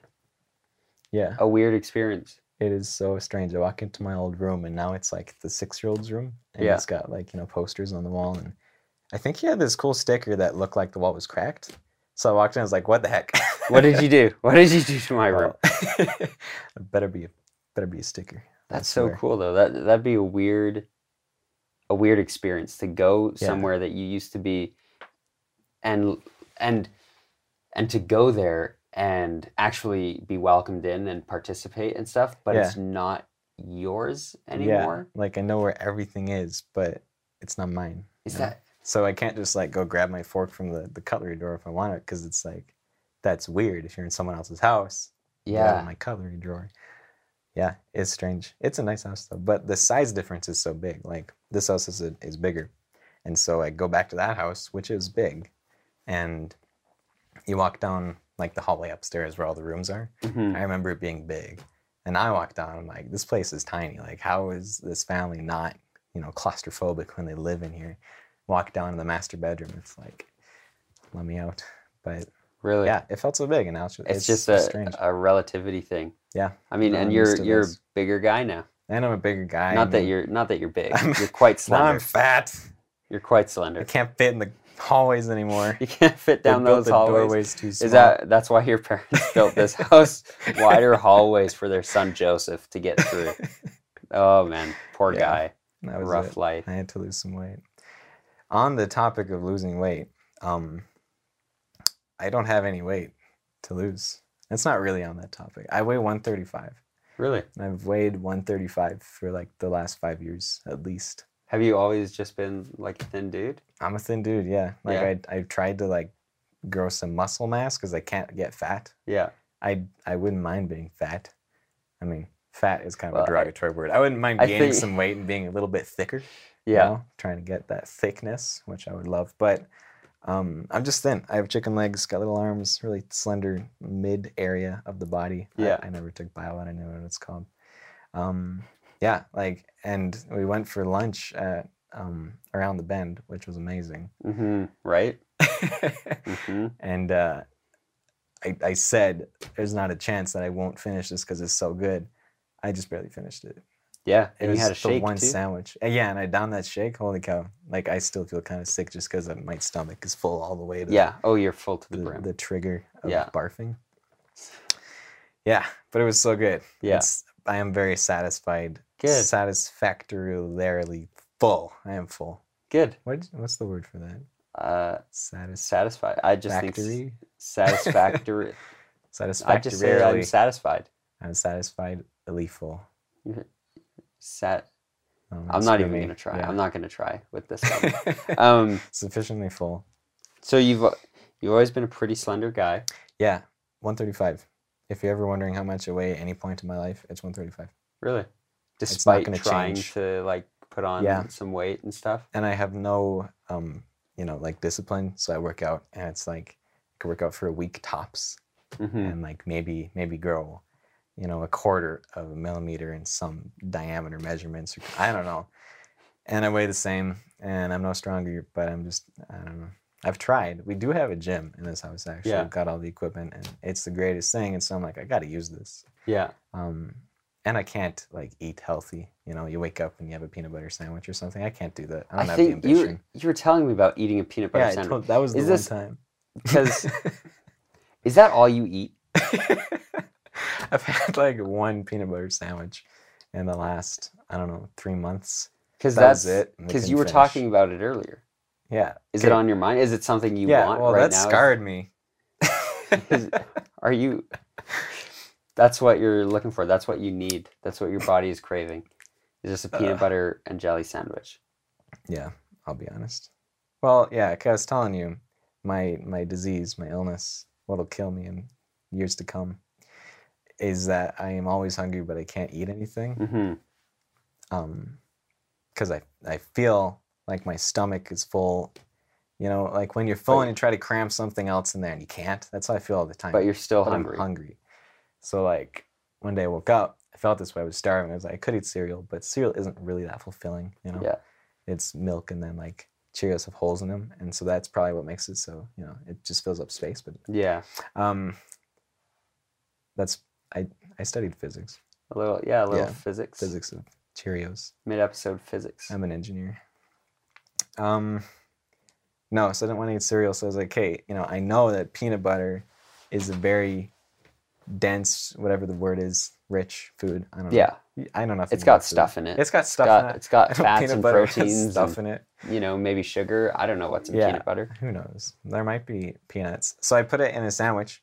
Speaker 2: Yeah.
Speaker 1: a weird experience.
Speaker 2: It is so strange. I walk into my old room and now it's like the six year old's room. And
Speaker 1: Yeah.
Speaker 2: it's got like, you know, posters on the wall. And I think he had this cool sticker that looked like the wall was cracked. So I walked in, I was like, what the heck?
Speaker 1: What did you do? What did you do to my room?
Speaker 2: Well, better be a, better be a sticker. I
Speaker 1: That's so
Speaker 2: swear.
Speaker 1: cool though. That that'd be a weird a weird experience to go
Speaker 2: Yeah.
Speaker 1: somewhere that you used to be and and and to go there and actually be welcomed in and participate and stuff, but it's not yours anymore.
Speaker 2: Yeah. Like I know where everything is, but it's not mine.
Speaker 1: Is
Speaker 2: you know?
Speaker 1: that
Speaker 2: So I can't just like go grab my fork from the, the cutlery drawer if I want it because it's like that's weird if you're in someone else's house. grab
Speaker 1: yeah.
Speaker 2: My cutlery drawer. Yeah, it's strange. It's a nice house though, but the size difference is so big. Like this house is a, is bigger, and so I go back to that house, which is big, and you walk down like the hallway upstairs where all the rooms are.
Speaker 1: Mhm.
Speaker 2: I remember it being big, and I walked down. I'm like, this place is tiny. Like, how is this family not, you know, claustrophobic when they live in here? Walk down to the master bedroom. It's like, let me out. But
Speaker 1: Really?
Speaker 2: yeah, it felt so big, and now it's,
Speaker 1: It's, just
Speaker 2: so
Speaker 1: a,
Speaker 2: strange.
Speaker 1: a relativity thing.
Speaker 2: Yeah,
Speaker 1: I mean,
Speaker 2: no
Speaker 1: and
Speaker 2: one
Speaker 1: you're
Speaker 2: understood
Speaker 1: you're a
Speaker 2: us.
Speaker 1: bigger guy now.
Speaker 2: And I'm a bigger guy.
Speaker 1: not that
Speaker 2: and
Speaker 1: you're not that you're big.
Speaker 2: I'm-
Speaker 1: you're quite
Speaker 2: now I'm
Speaker 1: slender.
Speaker 2: fat.
Speaker 1: You're quite
Speaker 2: I
Speaker 1: slender.
Speaker 2: can't fit in the hallways anymore.
Speaker 1: You can't fit down
Speaker 2: They built
Speaker 1: those
Speaker 2: the
Speaker 1: hallways.
Speaker 2: doorways too small.
Speaker 1: Is that that's why your parents built this house? Wider hallways for their son Joseph to get through. Oh man, poor
Speaker 2: Yeah,
Speaker 1: guy.
Speaker 2: that was
Speaker 1: Rough
Speaker 2: it.
Speaker 1: life.
Speaker 2: I had to lose some weight. On the topic of losing weight, um, I don't have any weight to lose. It's not really on that topic. I weigh 135,
Speaker 1: Really?
Speaker 2: and I've weighed 135 for like the last five years at least.
Speaker 1: Have you always just been like a thin dude?
Speaker 2: I'm a thin dude, yeah. Like
Speaker 1: Yeah.
Speaker 2: I, I've tried to like grow some muscle mass because I can't get fat.
Speaker 1: Yeah.
Speaker 2: I, I wouldn't mind being fat. I mean, fat is kind of
Speaker 1: Well, I-
Speaker 2: a derogatory word. I wouldn't mind
Speaker 1: I
Speaker 2: gaining
Speaker 1: think-
Speaker 2: some weight and being a little bit thicker. you
Speaker 1: Yeah.
Speaker 2: know, trying to get that thickness, which I would love. But um, I'm just thin. I have chicken legs, got little arms, really slender mid area of the body. I-
Speaker 1: Yeah.
Speaker 2: I, never took bio, I don't know what it's called. Um, yeah, like, and we went for lunch at um, around the bend, which was amazing.
Speaker 1: Mm-hmm. Right? Mm-hmm.
Speaker 2: and uh, I, I said, "There's not a chance that I won't finish this because it's so good." I just barely finished it.
Speaker 1: Yeah.
Speaker 2: It
Speaker 1: And
Speaker 2: was
Speaker 1: you had a
Speaker 2: the
Speaker 1: shake
Speaker 2: one
Speaker 1: too?
Speaker 2: sandwich. Uh, Yeah, and I downed that shake. Holy cow! Like I still feel kind of sick just because my stomach is full all the way to
Speaker 1: Yeah. Oh, you're full to
Speaker 2: the,
Speaker 1: the brim.
Speaker 2: the trigger of
Speaker 1: Yeah.
Speaker 2: barfing. Yeah, but it was so good.
Speaker 1: Yeah.
Speaker 2: It's- I am very satisfied.
Speaker 1: Good.
Speaker 2: Satisfactorily full. I am full.
Speaker 1: Good.
Speaker 2: What? What's the word for that?
Speaker 1: Uh,
Speaker 2: Satisfactory.
Speaker 1: satisfied. I just think s- satisfactory. I
Speaker 2: Satisfactorily.
Speaker 1: just say I'm satisfied.
Speaker 2: I'm satisfied. Full.
Speaker 1: Sat.
Speaker 2: Oh,
Speaker 1: I'm
Speaker 2: that's
Speaker 1: not even
Speaker 2: really-
Speaker 1: gonna try.
Speaker 2: yeah.
Speaker 1: I'm not gonna try with this. one. um.
Speaker 2: Sufficiently full.
Speaker 1: So you've uh, you've always been a pretty slender guy.
Speaker 2: Yeah, 135. If you're ever wondering how much I weigh at any point in my life, it's 135.
Speaker 1: Really?
Speaker 2: not
Speaker 1: Despite
Speaker 2: gonna
Speaker 1: trying
Speaker 2: change.
Speaker 1: to like put on
Speaker 2: Yeah.
Speaker 1: some weight and stuff.
Speaker 2: And I have no, um, you know, like discipline. So I work out, and it's like I could work out for a week tops,
Speaker 1: hmm
Speaker 2: and like maybe maybe grow, you know, a quarter of a millimeter in some diameter measurements. Or, I don't know. And I weigh the same, and I'm no stronger, but I'm just I don't know. I've tried. We do have a gym in this house actually.
Speaker 1: Yeah.
Speaker 2: We've got all the equipment, and it's the greatest thing. And so I'm like, I got to use this.
Speaker 1: Yeah.
Speaker 2: um, and I can't like eat healthy. You know, you wake up and you have a peanut butter sandwich or something. I can't do that. I
Speaker 1: I,
Speaker 2: don't have the
Speaker 1: think you were-
Speaker 2: ambition.
Speaker 1: you were telling me about eating a peanut butter
Speaker 2: Yeah, I
Speaker 1: sandwich
Speaker 2: told- that was the
Speaker 1: Is
Speaker 2: one
Speaker 1: this-
Speaker 2: time.
Speaker 1: because is that all you eat?
Speaker 2: I've had like one peanut butter sandwich in the last I don't know three months.
Speaker 1: Because
Speaker 2: That was
Speaker 1: that's
Speaker 2: it, and we
Speaker 1: Because
Speaker 2: couldn't
Speaker 1: you were
Speaker 2: finish.
Speaker 1: talking about it earlier.
Speaker 2: Yeah,
Speaker 1: Is it
Speaker 2: Okay.
Speaker 1: on your mind? Is it something you
Speaker 2: yeah.
Speaker 1: want
Speaker 2: well,
Speaker 1: right
Speaker 2: that
Speaker 1: now?
Speaker 2: scarred me.
Speaker 1: Is- are you? That's what you're looking for. That's what you need. That's what your body is craving. Is just a peanut
Speaker 2: Uh.
Speaker 1: butter and jelly sandwich.
Speaker 2: Yeah, I'll be honest. Well, yeah, 'cause I was telling you, my my disease, my illness, what'll kill me in years to come, is that I am always hungry, but I can't eat anything.
Speaker 1: hmm
Speaker 2: um because i i feel like my stomach is full you know like when you're full and you try to cram something else in there and you can't that's how i feel all the time
Speaker 1: But you're still
Speaker 2: But I'm
Speaker 1: hungry.
Speaker 2: hungry so like one day i woke up i felt this way i was starving i was like i could eat cereal but cereal isn't really that fulfilling you know
Speaker 1: Yeah.
Speaker 2: it's milk and then like cheerios have holes in them and so that's probably what makes it so you know it just fills up space but
Speaker 1: Yeah.
Speaker 2: um that's i i studied physics
Speaker 1: A little. Yeah. A little
Speaker 2: Yeah.
Speaker 1: physics.
Speaker 2: physics of cheerios
Speaker 1: Mid-episode physics.
Speaker 2: I'm an engineer. Um, no, so I didn't want to eat cereal. So I was like, hey, you know, I know that peanut butter is a very dense, whatever the word is, rich food. I don't know.
Speaker 1: yeah.
Speaker 2: I don't know. if
Speaker 1: It's got stuff in it.
Speaker 2: It's got stuff
Speaker 1: got-
Speaker 2: in it.
Speaker 1: it's got
Speaker 2: I know
Speaker 1: fats
Speaker 2: peanut
Speaker 1: and
Speaker 2: butter has
Speaker 1: proteins
Speaker 2: Stuff in it.
Speaker 1: you know, maybe sugar. I don't know what's in
Speaker 2: Yeah.
Speaker 1: peanut butter.
Speaker 2: Who knows? There might be peanuts. So I put it in a sandwich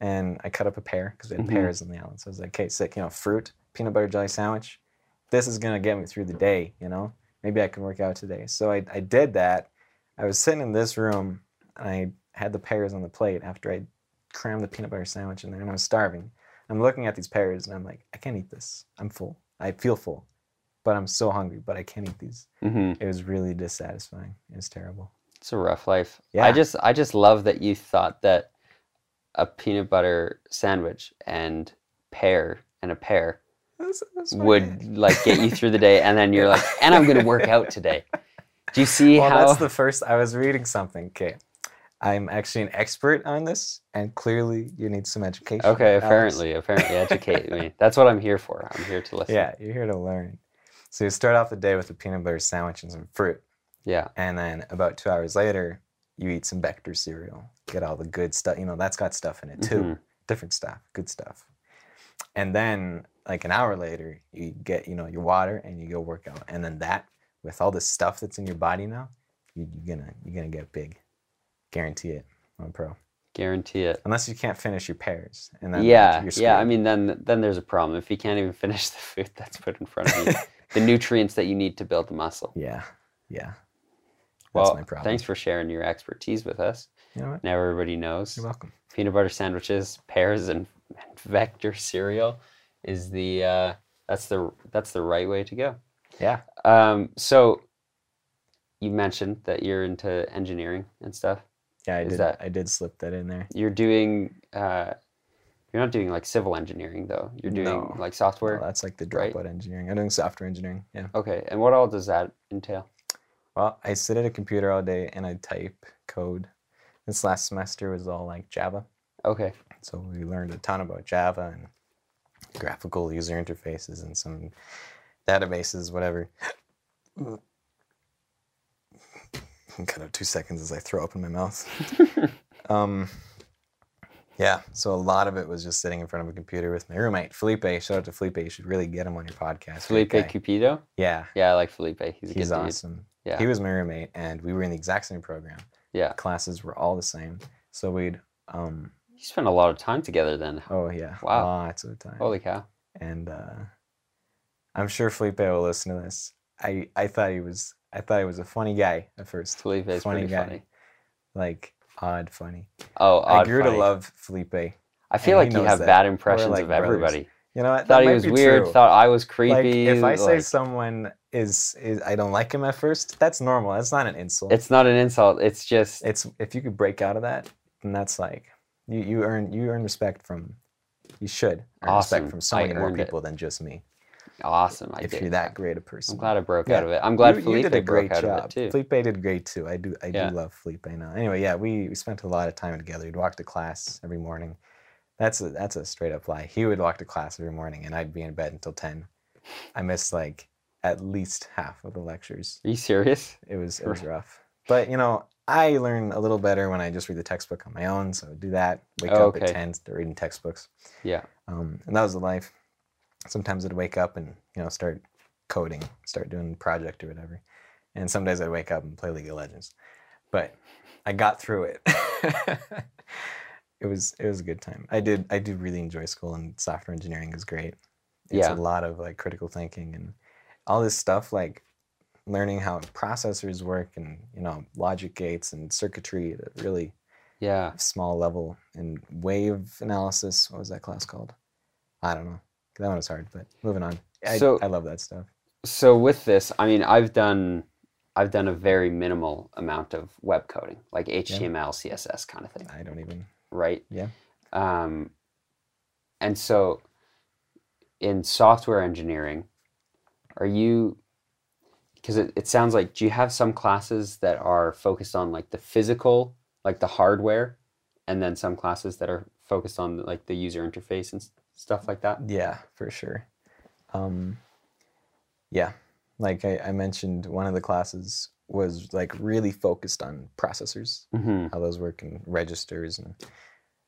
Speaker 2: and I cut up a pear because we had
Speaker 1: Mhm.
Speaker 2: pears in the island. So I was like, okay, sick, you know, fruit, peanut butter jelly sandwich. This is gonna get me through the day, you know? Maybe I can work out today. So I, I did that. I was sitting in this room and I had the pears on the plate after I crammed the peanut butter sandwich in there and I was starving. I'm looking at these pears and I'm like, I can't eat this. I'm full. I feel full. But I'm so hungry, but I can't eat these.
Speaker 1: Mm-hmm.
Speaker 2: It was really dissatisfying. It was terrible.
Speaker 1: It's a rough life. I
Speaker 2: Yeah.
Speaker 1: just I just love that you thought that a peanut butter sandwich and pear and a pear
Speaker 2: That's- that's what I did.
Speaker 1: would like get you through the day and then you're like, and I'm gonna work out today. Do you see
Speaker 2: Well,
Speaker 1: how
Speaker 2: that's the first. I was reading something. Okay, I'm actually an expert on this, and clearly you need some education.
Speaker 1: Okay,
Speaker 2: Alex.
Speaker 1: apparently, apparently educate me. That's what I'm here for. I'm here to listen.
Speaker 2: Yeah, you're here to learn. So you start off the day with a peanut butter sandwich and some fruit,
Speaker 1: Yeah.
Speaker 2: and then about two hours later, you eat some Bector cereal, get all the good stuff. You know, that's got stuff in it too.
Speaker 1: Mhm.
Speaker 2: Different stuff, good stuff. And then like an hour later, you get, you know, your water and you go work out. And then that with all the stuff that's in your body now, you, you're gonna you're gonna get big. Guarantee it. I'm pro.
Speaker 1: Guarantee it.
Speaker 2: Unless you can't finish your pears. And then like,
Speaker 1: yeah,
Speaker 2: you're
Speaker 1: yeah. I
Speaker 2: screwed.
Speaker 1: mean, then then there's a problem if you can't even finish the food that's put in front of you, the nutrients that you need to build the muscle.
Speaker 2: Yeah. Yeah.
Speaker 1: well,
Speaker 2: my problem.
Speaker 1: thanks for sharing your expertise with us.
Speaker 2: You know what?
Speaker 1: Now everybody knows
Speaker 2: You're welcome.
Speaker 1: peanut butter sandwiches, pears, and, and vector cereal is the uh, that's the that's the right way to go.
Speaker 2: Yeah.
Speaker 1: Um, so you mentioned that you're into engineering and stuff.
Speaker 2: Yeah, I
Speaker 1: Is
Speaker 2: did
Speaker 1: that-
Speaker 2: I did slip that in there.
Speaker 1: You're doing uh, you're not doing like civil engineering though. You're doing
Speaker 2: No.
Speaker 1: like
Speaker 2: Well,
Speaker 1: software.
Speaker 2: that's like the
Speaker 1: right?
Speaker 2: dropout engineering. I'm doing software engineering. Yeah.
Speaker 1: Okay, and what all does that entail?
Speaker 2: Well, I sit at a computer all day and I type code. This last semester was all like Java.
Speaker 1: Okay,
Speaker 2: So we learned a ton about Java and graphical user interfaces and some databases, whatever. Cut out two seconds as I throw up in my mouth. um, yeah, so a lot of it was just sitting in front of a computer with my roommate Felipe. Shout out to Felipe. You should really get him on your podcast.
Speaker 1: Felipe
Speaker 2: Great guy.
Speaker 1: Cupido.
Speaker 2: Yeah,
Speaker 1: Yeah, I like Felipe. He's a
Speaker 2: he's
Speaker 1: good dude.
Speaker 2: awesome.
Speaker 1: Yeah.
Speaker 2: He was my roommate, and we were in the exact same program.
Speaker 1: Yeah,
Speaker 2: Classes were all the same. So we'd, um,
Speaker 1: you spent a lot of time together then.
Speaker 2: oh yeah,
Speaker 1: Wow.
Speaker 2: lots of time.
Speaker 1: Holy cow!
Speaker 2: and uh, I'm sure Felipe will listen to this. I, I thought he was I thought he was a funny guy at first,
Speaker 1: Felipe is
Speaker 2: Funny
Speaker 1: pretty
Speaker 2: guy.
Speaker 1: funny.
Speaker 2: like odd funny.
Speaker 1: Oh,
Speaker 2: I
Speaker 1: odd
Speaker 2: grew to
Speaker 1: funny.
Speaker 2: love Felipe.
Speaker 1: I feel
Speaker 2: and
Speaker 1: like
Speaker 2: he
Speaker 1: you
Speaker 2: knows
Speaker 1: have
Speaker 2: that.
Speaker 1: bad impressions
Speaker 2: like
Speaker 1: of
Speaker 2: brothers.
Speaker 1: everybody.
Speaker 2: You know, what?
Speaker 1: Thought
Speaker 2: That
Speaker 1: he
Speaker 2: might
Speaker 1: was
Speaker 2: be
Speaker 1: weird.
Speaker 2: true.
Speaker 1: Thought I was
Speaker 2: like
Speaker 1: creepy.
Speaker 2: if I say
Speaker 1: like-
Speaker 2: someone is, is I don't like him at first, that's normal. That's not an insult.
Speaker 1: it's not an insult. It's just
Speaker 2: it's if you could break out of that, then that's like you, you earn you earn respect from you should earn
Speaker 1: Awesome.
Speaker 2: respect from so
Speaker 1: I
Speaker 2: many more
Speaker 1: earned it.
Speaker 2: people than just me.
Speaker 1: awesome. I
Speaker 2: if
Speaker 1: did.
Speaker 2: you're that great a person.
Speaker 1: I'm glad I broke
Speaker 2: Yeah.
Speaker 1: out of it. I'm glad
Speaker 2: you,
Speaker 1: Felipe
Speaker 2: you did a
Speaker 1: broke
Speaker 2: great
Speaker 1: out
Speaker 2: job.
Speaker 1: of it too.
Speaker 2: Felipe did great too. I do I
Speaker 1: Yeah.
Speaker 2: do love Felipe now. Anyway, yeah, we, we spent a lot of time together. He'd walk to class every morning. That's a that's a straight up lie. He would walk to class every morning and I'd be in bed until ten. I missed like at least half of the lectures.
Speaker 1: Are you serious?
Speaker 2: It was it was rough. But you know, I learn a little better when I just read the textbook on my own. So do that. Wake
Speaker 1: Oh,
Speaker 2: up
Speaker 1: okay.
Speaker 2: at ten, start reading textbooks.
Speaker 1: Yeah.
Speaker 2: Um, and that was the life. Sometimes I'd wake up and you know start coding, start doing a project or whatever. And some days I'd wake up and play League of Legends. But I got through it. it was it was a good time. I did I do really enjoy school and software engineering is great. It's
Speaker 1: Yeah.
Speaker 2: a lot of like critical thinking and all this stuff like learning how processors work and you know logic gates and circuitry at a really
Speaker 1: Yeah.
Speaker 2: small level and wave analysis. What was that class called? I don't know. That one was hard, but moving on. I,
Speaker 1: So-
Speaker 2: I love that stuff.
Speaker 1: So with this, I mean, I've done, I've done a very minimal amount of web coding, like HTML, CSS kind of thing,
Speaker 2: I don't even.
Speaker 1: right?
Speaker 2: Yeah.
Speaker 1: Um, and so, in software engineering, are you? Because it, it sounds like do you have some classes that are focused on like the physical, like the hardware, and then some classes that are focused on like the user interface and s- stuff like that?
Speaker 2: Yeah, for sure. Um, yeah, like I, I mentioned, one of the classes was like really focused on processors,
Speaker 1: Mm-hmm.
Speaker 2: how those work, and registers and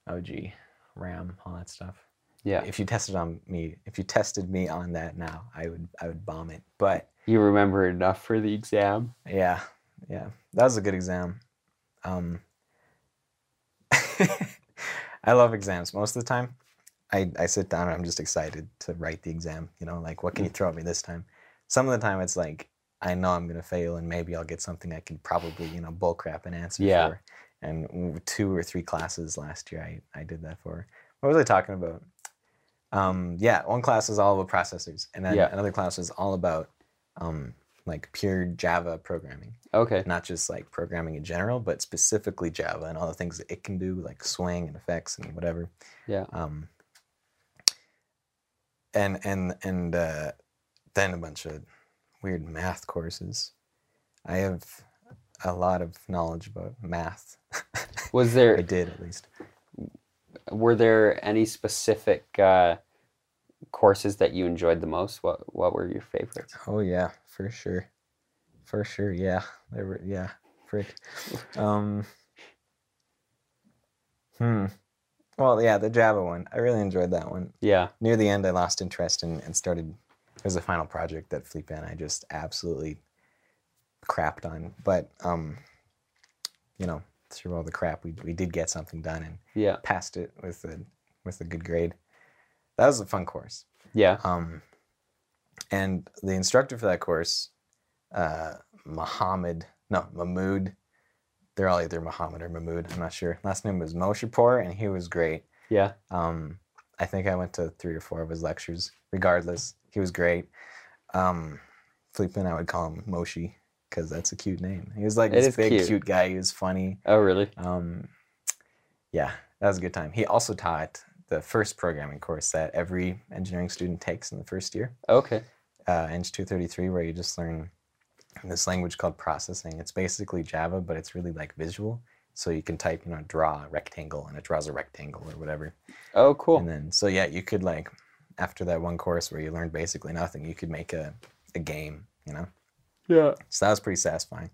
Speaker 2: OG, RAM, all that stuff.
Speaker 1: Yeah.
Speaker 2: If you tested on me, if you tested me on that now, I would I would bomb it. But
Speaker 1: You remember enough for the exam.
Speaker 2: Yeah, yeah, that was a good exam. Um, I love exams. Most of the time, I, I sit down and I'm just excited to write the exam. You know, like what can you throw at me this time? Some of the time, it's like I know I'm gonna fail, and maybe I'll get something I can probably you know bull crap an answer
Speaker 1: Yeah.
Speaker 2: for. And w- two or three classes last year, I I did that for. What was I talking about? Um, yeah, one class was all about processors, and then
Speaker 1: Yeah.
Speaker 2: another class was all about um, like pure Java programming,
Speaker 1: Okay.
Speaker 2: not just like programming in general, but specifically Java and all the things that it can do, like swing and effects and whatever.
Speaker 1: Yeah.
Speaker 2: Um, and and and uh, then a bunch of weird math courses. I have a lot of knowledge about math.
Speaker 1: Was
Speaker 2: I
Speaker 1: there
Speaker 2: did at least.
Speaker 1: were there any specific uh, courses that you enjoyed the most? What what were your favorites?
Speaker 2: Oh yeah, for sure, for sure. Yeah, there were. Yeah, frick. Um, hmm. Well, yeah, the Java one. I really enjoyed that one.
Speaker 1: Yeah.
Speaker 2: Near the end, I lost interest and, and started. It was a final project that Felipe and I just absolutely crapped on. But, um, you know, through all the crap, we, we did get something done and
Speaker 1: Yeah.
Speaker 2: passed it with a, with a good grade. That was a fun course.
Speaker 1: Yeah.
Speaker 2: Um, and the instructor for that course, uh, Muhammad, no, Mahmood, they're all either Muhammad or Mahmood, I'm not sure. Last name was Moshapur, and he was great.
Speaker 1: Yeah.
Speaker 2: Um, I think I went to three or four of his lectures. Regardless, he was great. Um, Felipe and I would call him Moshi because that's a cute name. He was like
Speaker 1: It
Speaker 2: this
Speaker 1: is
Speaker 2: big,
Speaker 1: cute.
Speaker 2: cute guy. He was funny.
Speaker 1: Oh, really?
Speaker 2: Um, yeah, that was a good time. He also taught the first programming course that every engineering student takes in the first year,
Speaker 1: Okay.
Speaker 2: uh, Eng 233, where you just learn this language called processing. It's basically Java, but it's really like visual. So you can type, you know, draw a rectangle, and it draws a rectangle or whatever.
Speaker 1: Oh, cool.
Speaker 2: And then, so yeah, you could like, after that one course where you learned basically nothing, you could make a, a game, you know?
Speaker 1: Yeah.
Speaker 2: So that was pretty satisfying.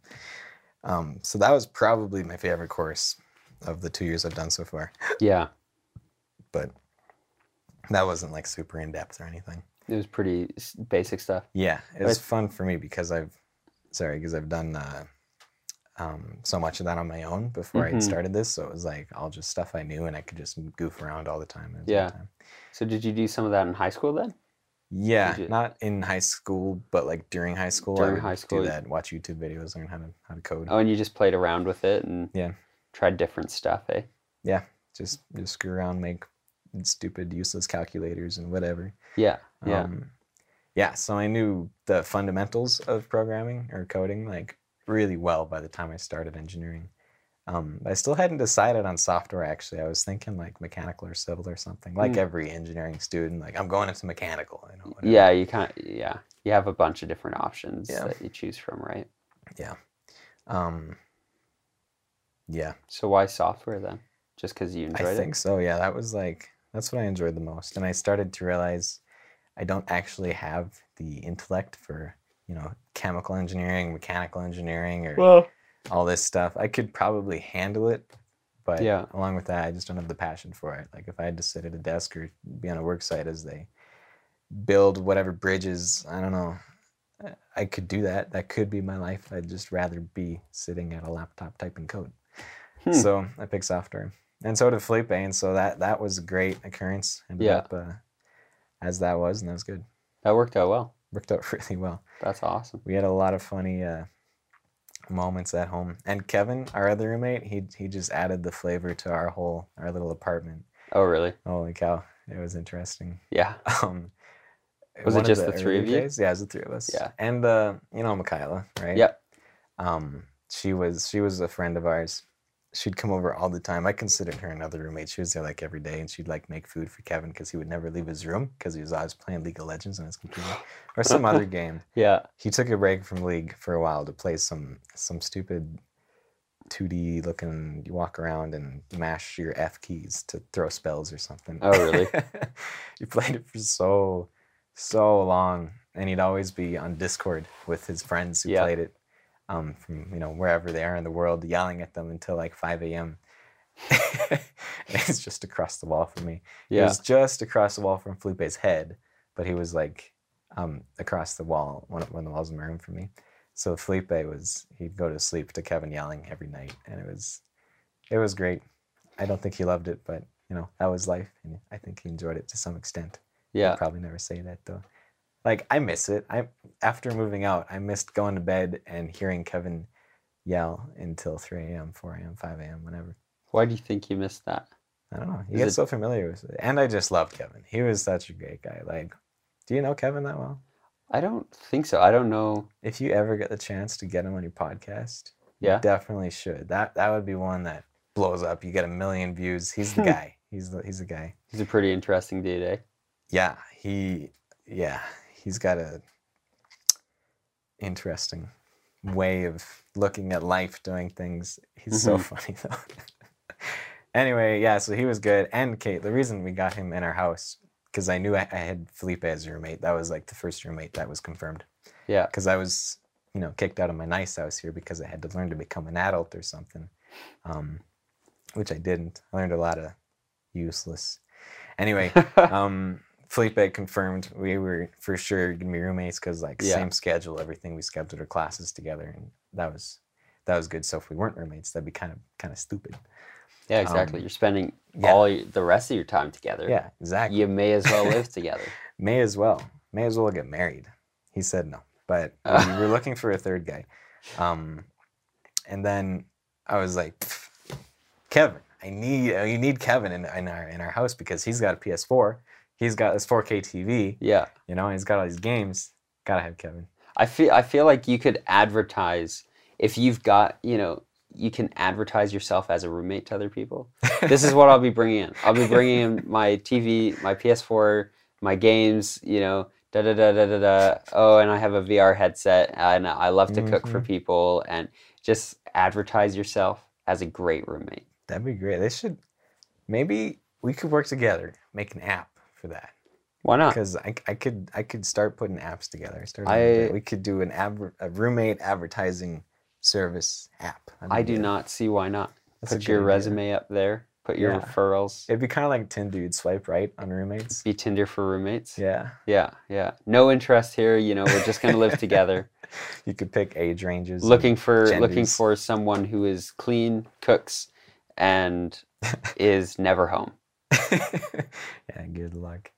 Speaker 2: Um, so that was probably my favorite course of the two years I've done so far.
Speaker 1: Yeah.
Speaker 2: But that wasn't like super in depth or anything.
Speaker 1: It was pretty s- basic stuff.
Speaker 2: Yeah, it was
Speaker 1: But-
Speaker 2: fun for me because I've sorry because I've done uh, um, so much of that on my own before I
Speaker 1: Mhm.
Speaker 2: started this. So it was like all just stuff I knew, and I could just goof around all the time. It was a good
Speaker 1: Yeah.
Speaker 2: time.
Speaker 1: So did you do some of that in high school then?
Speaker 2: Mm-hmm. Yeah,
Speaker 1: Did you-
Speaker 2: not in high school, but like during high school, I
Speaker 1: During
Speaker 2: would
Speaker 1: high school,
Speaker 2: do
Speaker 1: you-
Speaker 2: that, watch YouTube videos, learn how to how to code,
Speaker 1: Oh, and you just played around with it and
Speaker 2: Yeah.
Speaker 1: tried different stuff, eh?
Speaker 2: just just screw around, make stupid, useless calculators and whatever.
Speaker 1: Yeah. Yeah.
Speaker 2: Um, yeah, so I knew the fundamentals of programming or coding like really well by the time I started engineering. Um, I still hadn't decided on software actually. I was thinking like mechanical or civil or something. Like
Speaker 1: Mm.
Speaker 2: every engineering student, like I'm going into mechanical. You know, whatever.
Speaker 1: yeah. You kind of, yeah. You have a bunch of different options
Speaker 2: Yeah.
Speaker 1: that you choose from, right?
Speaker 2: Um, yeah,
Speaker 1: So why software then? Just because you enjoyed
Speaker 2: I think
Speaker 1: it?
Speaker 2: so. Yeah, that was like that's what I enjoyed the most, and I started to realize I don't actually have the intellect for you know chemical engineering, mechanical engineering, or
Speaker 1: Well,
Speaker 2: all this stuff. I could probably handle it, but
Speaker 1: Yeah.
Speaker 2: along with that, I just don't have the passion for it. Like if I had to sit at a desk or be on a work site as they build whatever bridges, I don't know. I- I could do that. That could be my life. I'd just rather be sitting at a laptop typing code.
Speaker 1: Hmm.
Speaker 2: So I picked software, and so did Felipe, and so that that was a great occurrence. Ended
Speaker 1: Yeah.
Speaker 2: up uh, as that was, and that was good.
Speaker 1: that worked out well.
Speaker 2: Worked out really well
Speaker 1: That's awesome.
Speaker 2: we had a lot of funny uh, moments at home. And Kevin, our other roommate, he he just added the flavor to our whole our little apartment.
Speaker 1: Oh, really?
Speaker 2: Holy cow, it was interesting.
Speaker 1: Yeah.
Speaker 2: Um,
Speaker 1: Was it
Speaker 2: one of
Speaker 1: just the three
Speaker 2: early
Speaker 1: of you?
Speaker 2: days- Yeah, it was the three of us.
Speaker 1: Yeah.
Speaker 2: and uh, you know Michaela, right?
Speaker 1: Yep.
Speaker 2: Um, she was she was a friend of ours. She'd come over all the time. I considered her another roommate. She was there like every day, and she'd like make food for Kevin because he would never leave his room because he was always playing League of Legends on his computer or some other game
Speaker 1: Yeah.
Speaker 2: he took a break from league for a while to play some some stupid 2D looking you walk around and mash your F keys to throw spells or something.
Speaker 1: Oh, really?
Speaker 2: he played it for so so long and he'd always be on Discord with his friends who
Speaker 1: Yeah.
Speaker 2: played it um, from you know wherever they are in the world yelling at them until like 5 a.m. it's just across the wall from me. He
Speaker 1: Yeah.
Speaker 2: was just across the wall from Felipe's head, but he was like um, across the wall, one of, one of the walls in my room from me. So Felipe was he'd go to sleep to Kevin yelling every night, and it was it was great. I don't think he loved it, but you know that was life, and I think he enjoyed it to some extent.
Speaker 1: Yeah.
Speaker 2: He'd probably never say that though. Like I miss it. I after moving out, I missed going to bed and hearing Kevin yell until 3 a.m., 4 a.m., 5 a.m., whenever.
Speaker 1: Why do you think you missed that?
Speaker 2: I don't know. You
Speaker 1: Is
Speaker 2: get
Speaker 1: it-
Speaker 2: so familiar with it. And I just loved Kevin. He was such a great guy. Like, do you know Kevin that well?
Speaker 1: I don't think so. I don't know.
Speaker 2: If you ever get the chance to get him on your podcast,
Speaker 1: Yeah.
Speaker 2: you definitely should. That that would be one that blows up. You get a million views. He's the guy. He's the he's the guy.
Speaker 1: He's a pretty interesting dude, eh?
Speaker 2: Yeah, he yeah, he's got a interesting way of looking at life, doing things. He's so funny though. anyway, yeah, so he was good. And Kate, the reason we got him in our house, because I knew I, I had Felipe as a roommate. That was like the first roommate that was confirmed.
Speaker 1: Yeah.
Speaker 2: Because I was you know, kicked out of my nice house here because I had to learn to become an adult or something, um, which I didn't. I learned a lot of useless. Anyway, um, Felipe had confirmed we were for sure gonna be roommates because like
Speaker 1: Yeah.
Speaker 2: same schedule, everything. We scheduled our classes together, and that was that was good. So if we weren't roommates, that'd be kind of kind of stupid.
Speaker 1: yeah, exactly.
Speaker 2: um,
Speaker 1: You're spending
Speaker 2: yeah.
Speaker 1: all y- the rest of your time together.
Speaker 2: Yeah, exactly.
Speaker 1: You may as well live together.
Speaker 2: May as well. May as well get married. He said no, but
Speaker 1: Uh.
Speaker 2: we were looking for a third guy. Um, and then I was like, "Pff, Kevin, I need you need Kevin in, in our in our house because he's got a PS4. He's got this 4K TV,
Speaker 1: Yeah.
Speaker 2: you know, and he's got all these games. Gotta have Kevin.
Speaker 1: I feel I feel like you could advertise if you've got you know you can advertise yourself as a roommate to other people. This is what I'll be bringing in. I'll be bringing in my TV, my PS4, my games. You know, da da da da da da. Oh, and I have a VR headset, and I love to cook
Speaker 2: Mm-hmm.
Speaker 1: for people, and just advertise yourself as a great roommate.
Speaker 2: That'd be great. They should maybe we could work together, make an app for that.
Speaker 1: Why not?
Speaker 2: Because I, I could I could start putting apps together. I started
Speaker 1: I-
Speaker 2: we could do an adver, a roommate advertising service app. That'd
Speaker 1: I
Speaker 2: be
Speaker 1: do
Speaker 2: good.
Speaker 1: not see why not.
Speaker 2: That's a
Speaker 1: Put
Speaker 2: good
Speaker 1: your
Speaker 2: idea.
Speaker 1: resume up there. Put your
Speaker 2: Yeah.
Speaker 1: referrals.
Speaker 2: It'd be kind of like Tinder. You'd swipe right on roommates.
Speaker 1: Be Tinder for roommates.
Speaker 2: Yeah,
Speaker 1: Yeah, yeah. No interest here. You know, we're just gonna live together.
Speaker 2: you could pick age ranges. and-
Speaker 1: looking for looking
Speaker 2: genders.
Speaker 1: for someone who is clean, cooks, and is never home.
Speaker 2: yeah, good luck.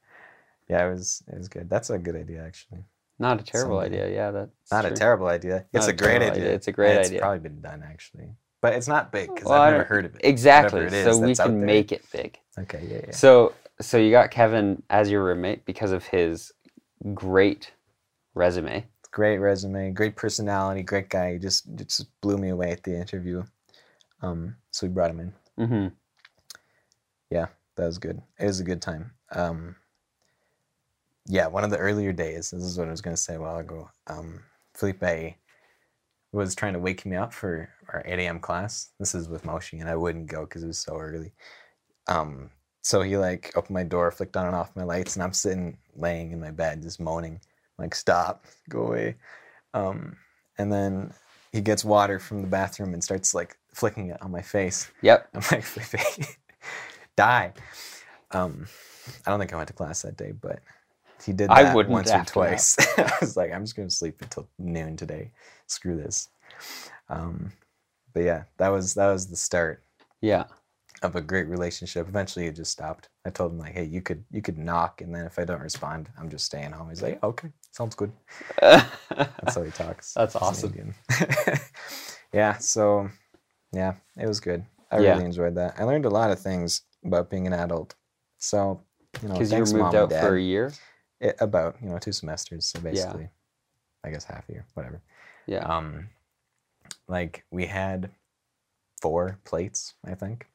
Speaker 2: Yeah, it was it was good. That's a good idea actually.
Speaker 1: Not a terrible
Speaker 2: Someday.
Speaker 1: idea. Yeah, that's
Speaker 2: Not a
Speaker 1: true.
Speaker 2: terrible idea.
Speaker 1: Not
Speaker 2: It's a,
Speaker 1: a
Speaker 2: great
Speaker 1: terrible
Speaker 2: idea.
Speaker 1: idea. It's a great
Speaker 2: it's
Speaker 1: idea.
Speaker 2: probably been done actually, but it's not big because
Speaker 1: Well, I
Speaker 2: I've never
Speaker 1: don't-
Speaker 2: heard of it.
Speaker 1: Exactly.
Speaker 2: Whatever it is
Speaker 1: so we
Speaker 2: that's out
Speaker 1: can
Speaker 2: there.
Speaker 1: make it big.
Speaker 2: Okay. Yeah. Yeah.
Speaker 1: So so you got Kevin as your roommate because of his great resume.
Speaker 2: great resume, great personality, great guy. He just just blew me away at the interview. Um, so we brought him in. Mm-hmm.
Speaker 1: hmm
Speaker 2: That was good. It was a good time. Um, yeah, one of the earlier days. This is what I was gonna say a while ago. Um, Felipe was trying to wake me up for our 8 a.m. class. This is with Moshi, and I wouldn't go because it was so early. Um, so he like opened my door, flicked on and off my lights, and I'm sitting laying in my bed just moaning, like stop, go away. Um, and then he gets water from the bathroom and starts like flicking it on my face.
Speaker 1: Yep.
Speaker 2: I'm like Felipe, die. Um, I don't think I went to class that day, but he did
Speaker 1: I
Speaker 2: that
Speaker 1: wouldn't
Speaker 2: once or
Speaker 1: after that.
Speaker 2: twice. I was like, I'm just gonna sleep until noon today. Screw this. Um, but yeah, that was that was the start
Speaker 1: Yeah.
Speaker 2: of a great relationship. Eventually, it just stopped. I told him like, hey, you could you could knock, and then if I don't respond, I'm just staying home. He's like, okay, sounds good. Oh, That's how he talks.
Speaker 1: That's
Speaker 2: He's an
Speaker 1: awesome.
Speaker 2: Indian. yeah. So, yeah, it was good. I
Speaker 1: Yeah.
Speaker 2: really enjoyed that. I learned a lot of things about being an adult. So, you know,
Speaker 1: Because
Speaker 2: thanks,
Speaker 1: you were
Speaker 2: mom
Speaker 1: moved
Speaker 2: and
Speaker 1: out
Speaker 2: dad.
Speaker 1: for a year.
Speaker 2: It- about you know two semesters. So basically, I guess half a year, whatever.
Speaker 1: Yeah.
Speaker 2: Um, like we had four plates, I think,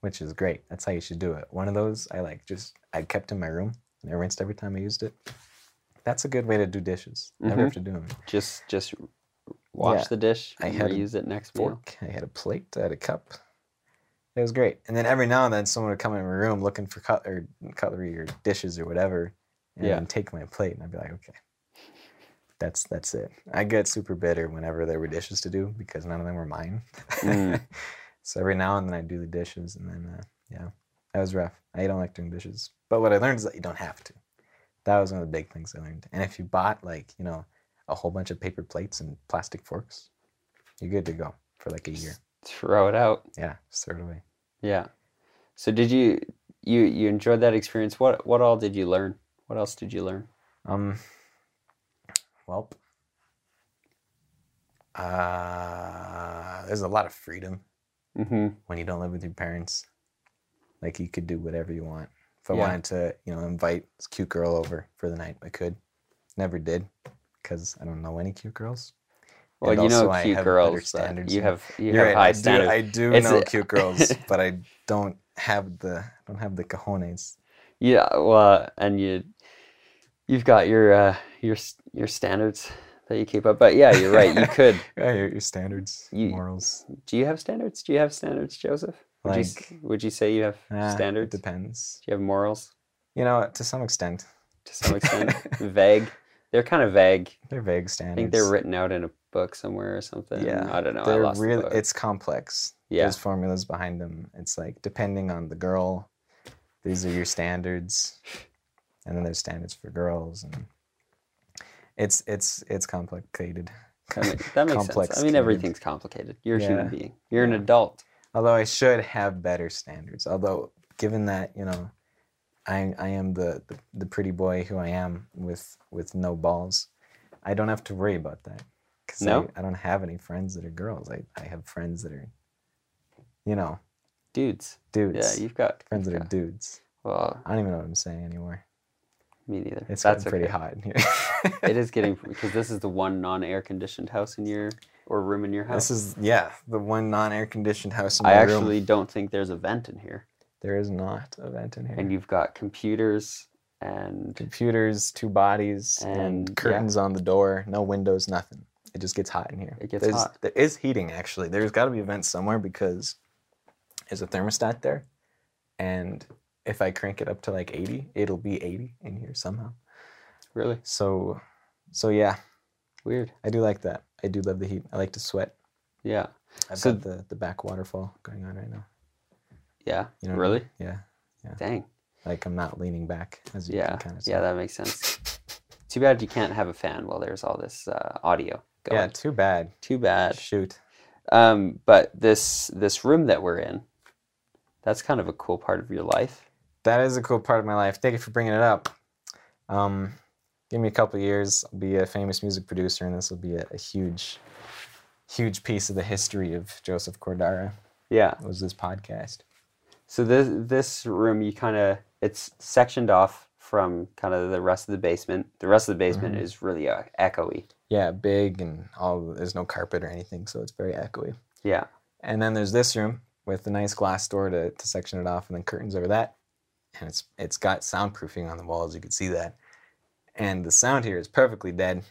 Speaker 2: which is great. That's how you should do it. One of those I like just I kept in my room and I rinsed every time I used it. That's a good way to do dishes. Never
Speaker 1: Mhm.
Speaker 2: have to do them.
Speaker 1: Just just wash
Speaker 2: Yeah.
Speaker 1: the dish.
Speaker 2: I
Speaker 1: I
Speaker 2: had a
Speaker 1: reuse it next meal.
Speaker 2: fork. I had a plate. I had a cup. It was great. And then every now and then, someone would come in my room looking for cut or cutlery or dishes or whatever, and
Speaker 1: Yeah.
Speaker 2: take my plate. And I'd be like, okay, that's that's it. I get super bitter whenever there were dishes to do because none of them were mine.
Speaker 1: Mm.
Speaker 2: so every now and then, I do the dishes, and then uh, yeah, that was rough. I don't like doing dishes. But what I learned is that you don't have to. That was one of the big things I learned. And if you bought like you know a whole bunch of paper plates and plastic forks, you're good to go for like a year.
Speaker 1: Throw it out.
Speaker 2: Yeah, just throw it away.
Speaker 1: Yeah. So did you you you enjoyed that experience? What what all did you learn? What else did you learn?
Speaker 2: Um. Well. Uh, there's a lot of freedom
Speaker 1: Mm-hmm.
Speaker 2: when you don't live with your parents. Like you could do whatever you want. If I
Speaker 1: Yeah.
Speaker 2: wanted to, you know, invite this cute girl over for the night, I could. Never did, because I don't know any cute girls.
Speaker 1: Well,
Speaker 2: And
Speaker 1: you know,
Speaker 2: also I
Speaker 1: cute
Speaker 2: have better
Speaker 1: girls. that
Speaker 2: standards
Speaker 1: you
Speaker 2: now.
Speaker 1: have you
Speaker 2: You're
Speaker 1: have high
Speaker 2: I do,
Speaker 1: standards.
Speaker 2: I do
Speaker 1: It's
Speaker 2: know
Speaker 1: a-
Speaker 2: cute girls, but I don't have the I don't have the cojones.
Speaker 1: Yeah. Well, and you you've got your uh, your s- your standards that you keep up. But yeah, you're right. You could.
Speaker 2: Yeah, your, your standards,
Speaker 1: You-
Speaker 2: morals.
Speaker 1: Do you have standards? Do you have standards, Joseph? Would you s-
Speaker 2: Like-
Speaker 1: would you say you have
Speaker 2: Ah,
Speaker 1: standards? Do
Speaker 2: It depends.
Speaker 1: you have morals
Speaker 2: You know, to some extent,
Speaker 1: to some extent? vague. They're kind of vague.
Speaker 2: they're vague
Speaker 1: I
Speaker 2: standards.
Speaker 1: think they're written out in a book somewhere or something.
Speaker 2: Yeah,
Speaker 1: I don't know. I
Speaker 2: They're
Speaker 1: lost the
Speaker 2: real-
Speaker 1: book.
Speaker 2: it's complex.
Speaker 1: yeah,
Speaker 2: There's formulas behind them. It's like depending on the girl, these are your standards, and then there's standards for girls, and it's it's it's complicated.
Speaker 1: that, ma- that makes
Speaker 2: complex
Speaker 1: sense. I mean,
Speaker 2: kind.
Speaker 1: everything's complicated. You're a human
Speaker 2: Yeah.
Speaker 1: being. You're an
Speaker 2: Yeah.
Speaker 1: adult.
Speaker 2: Although I should have better standards. Although given that you know, I I am the the, the pretty boy who I am with with no balls, I don't have to worry about that. 'Cause
Speaker 1: No?
Speaker 2: I, I don't have any friends that are girls. I I have friends that are, you know,
Speaker 1: Dudes.
Speaker 2: dudes.
Speaker 1: Yeah, you've got
Speaker 2: friends that
Speaker 1: you've
Speaker 2: are
Speaker 1: got-
Speaker 2: dudes.
Speaker 1: Well,
Speaker 2: I don't even know what I'm saying anymore.
Speaker 1: me neither.
Speaker 2: It's
Speaker 1: That's
Speaker 2: getting pretty
Speaker 1: okay.
Speaker 2: hot in here.
Speaker 1: It is getting because this is the one non-air conditioned house in your or room in your house.
Speaker 2: This is yeah the one non-air conditioned house in my
Speaker 1: I
Speaker 2: room.
Speaker 1: actually don't think there's a vent in here.
Speaker 2: there is not a vent in here.
Speaker 1: And you've got computers and
Speaker 2: computers, two bodies, and,
Speaker 1: And, yeah.
Speaker 2: curtains on the door. No windows, nothing. It just gets hot in here.
Speaker 1: It gets
Speaker 2: There's-
Speaker 1: hot.
Speaker 2: There is heating actually. There's got to be a vent somewhere because there's a thermostat there, and if I crank it up to like 80, it'll be 80 in here somehow.
Speaker 1: really
Speaker 2: So, so yeah,
Speaker 1: weird.
Speaker 2: I do like that. I do love the heat. I like to sweat.
Speaker 1: Yeah.
Speaker 2: I've
Speaker 1: So-
Speaker 2: got the the back waterfall going on right now.
Speaker 1: Yeah.
Speaker 2: You know what I
Speaker 1: really?
Speaker 2: Yeah,
Speaker 1: Dang.
Speaker 2: like I'm not leaning back as you
Speaker 1: Yeah.
Speaker 2: can kind of
Speaker 1: yeah, that makes sense. Too bad you can't have a fan while there's all this uh, audio going.
Speaker 2: yeah. Too bad.
Speaker 1: Too bad.
Speaker 2: Shoot.
Speaker 1: Um, but this this room that we're in, that's kind of a cool part of your life.
Speaker 2: that is a cool part of my life. Thank you for bringing it up. Um, give me a couple of years, I'll be a famous music producer, and this will be a, a huge, huge piece of the history of Joseph Cordara.
Speaker 1: Yeah.
Speaker 2: Was this podcast?
Speaker 1: So this this room you kind of it's sectioned off from kind of the rest of the basement. The rest of the basement
Speaker 2: Mhm.
Speaker 1: is really uh, echoey.
Speaker 2: Yeah, big and all. There's no carpet or anything, so it's very echoey.
Speaker 1: Yeah.
Speaker 2: And then there's this room with a nice glass door to, to section it off, and then curtains over that. And it's it's got soundproofing on the walls. You can see that. And the sound here is perfectly dead.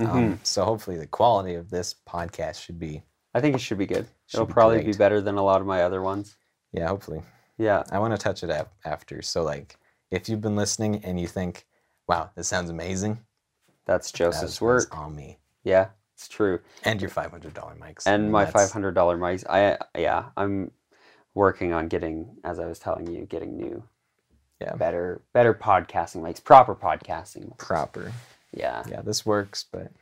Speaker 1: Mhm.
Speaker 2: Um, so hopefully the quality of this podcast should be
Speaker 1: I think it should be good.
Speaker 2: Should
Speaker 1: It'll
Speaker 2: be
Speaker 1: probably be
Speaker 2: great.
Speaker 1: better than a lot of my other ones.
Speaker 2: yeah. Hopefully
Speaker 1: Yeah.
Speaker 2: I want to touch it up after. So like if you've been listening and you think, wow, this sounds amazing,
Speaker 1: That's
Speaker 2: that's-
Speaker 1: Joseph's
Speaker 2: that's
Speaker 1: work.
Speaker 2: on me
Speaker 1: Yeah, it's true.
Speaker 2: and your five hundred dollar mics I
Speaker 1: And
Speaker 2: mean,
Speaker 1: my
Speaker 2: that's-
Speaker 1: five hundred dollar mics. I yeah, I'm working on getting, as I was telling you, getting new,
Speaker 2: Yeah.
Speaker 1: better, better podcasting mics, proper podcasting. mics.
Speaker 2: proper.
Speaker 1: Yeah,
Speaker 2: Yeah, this works, but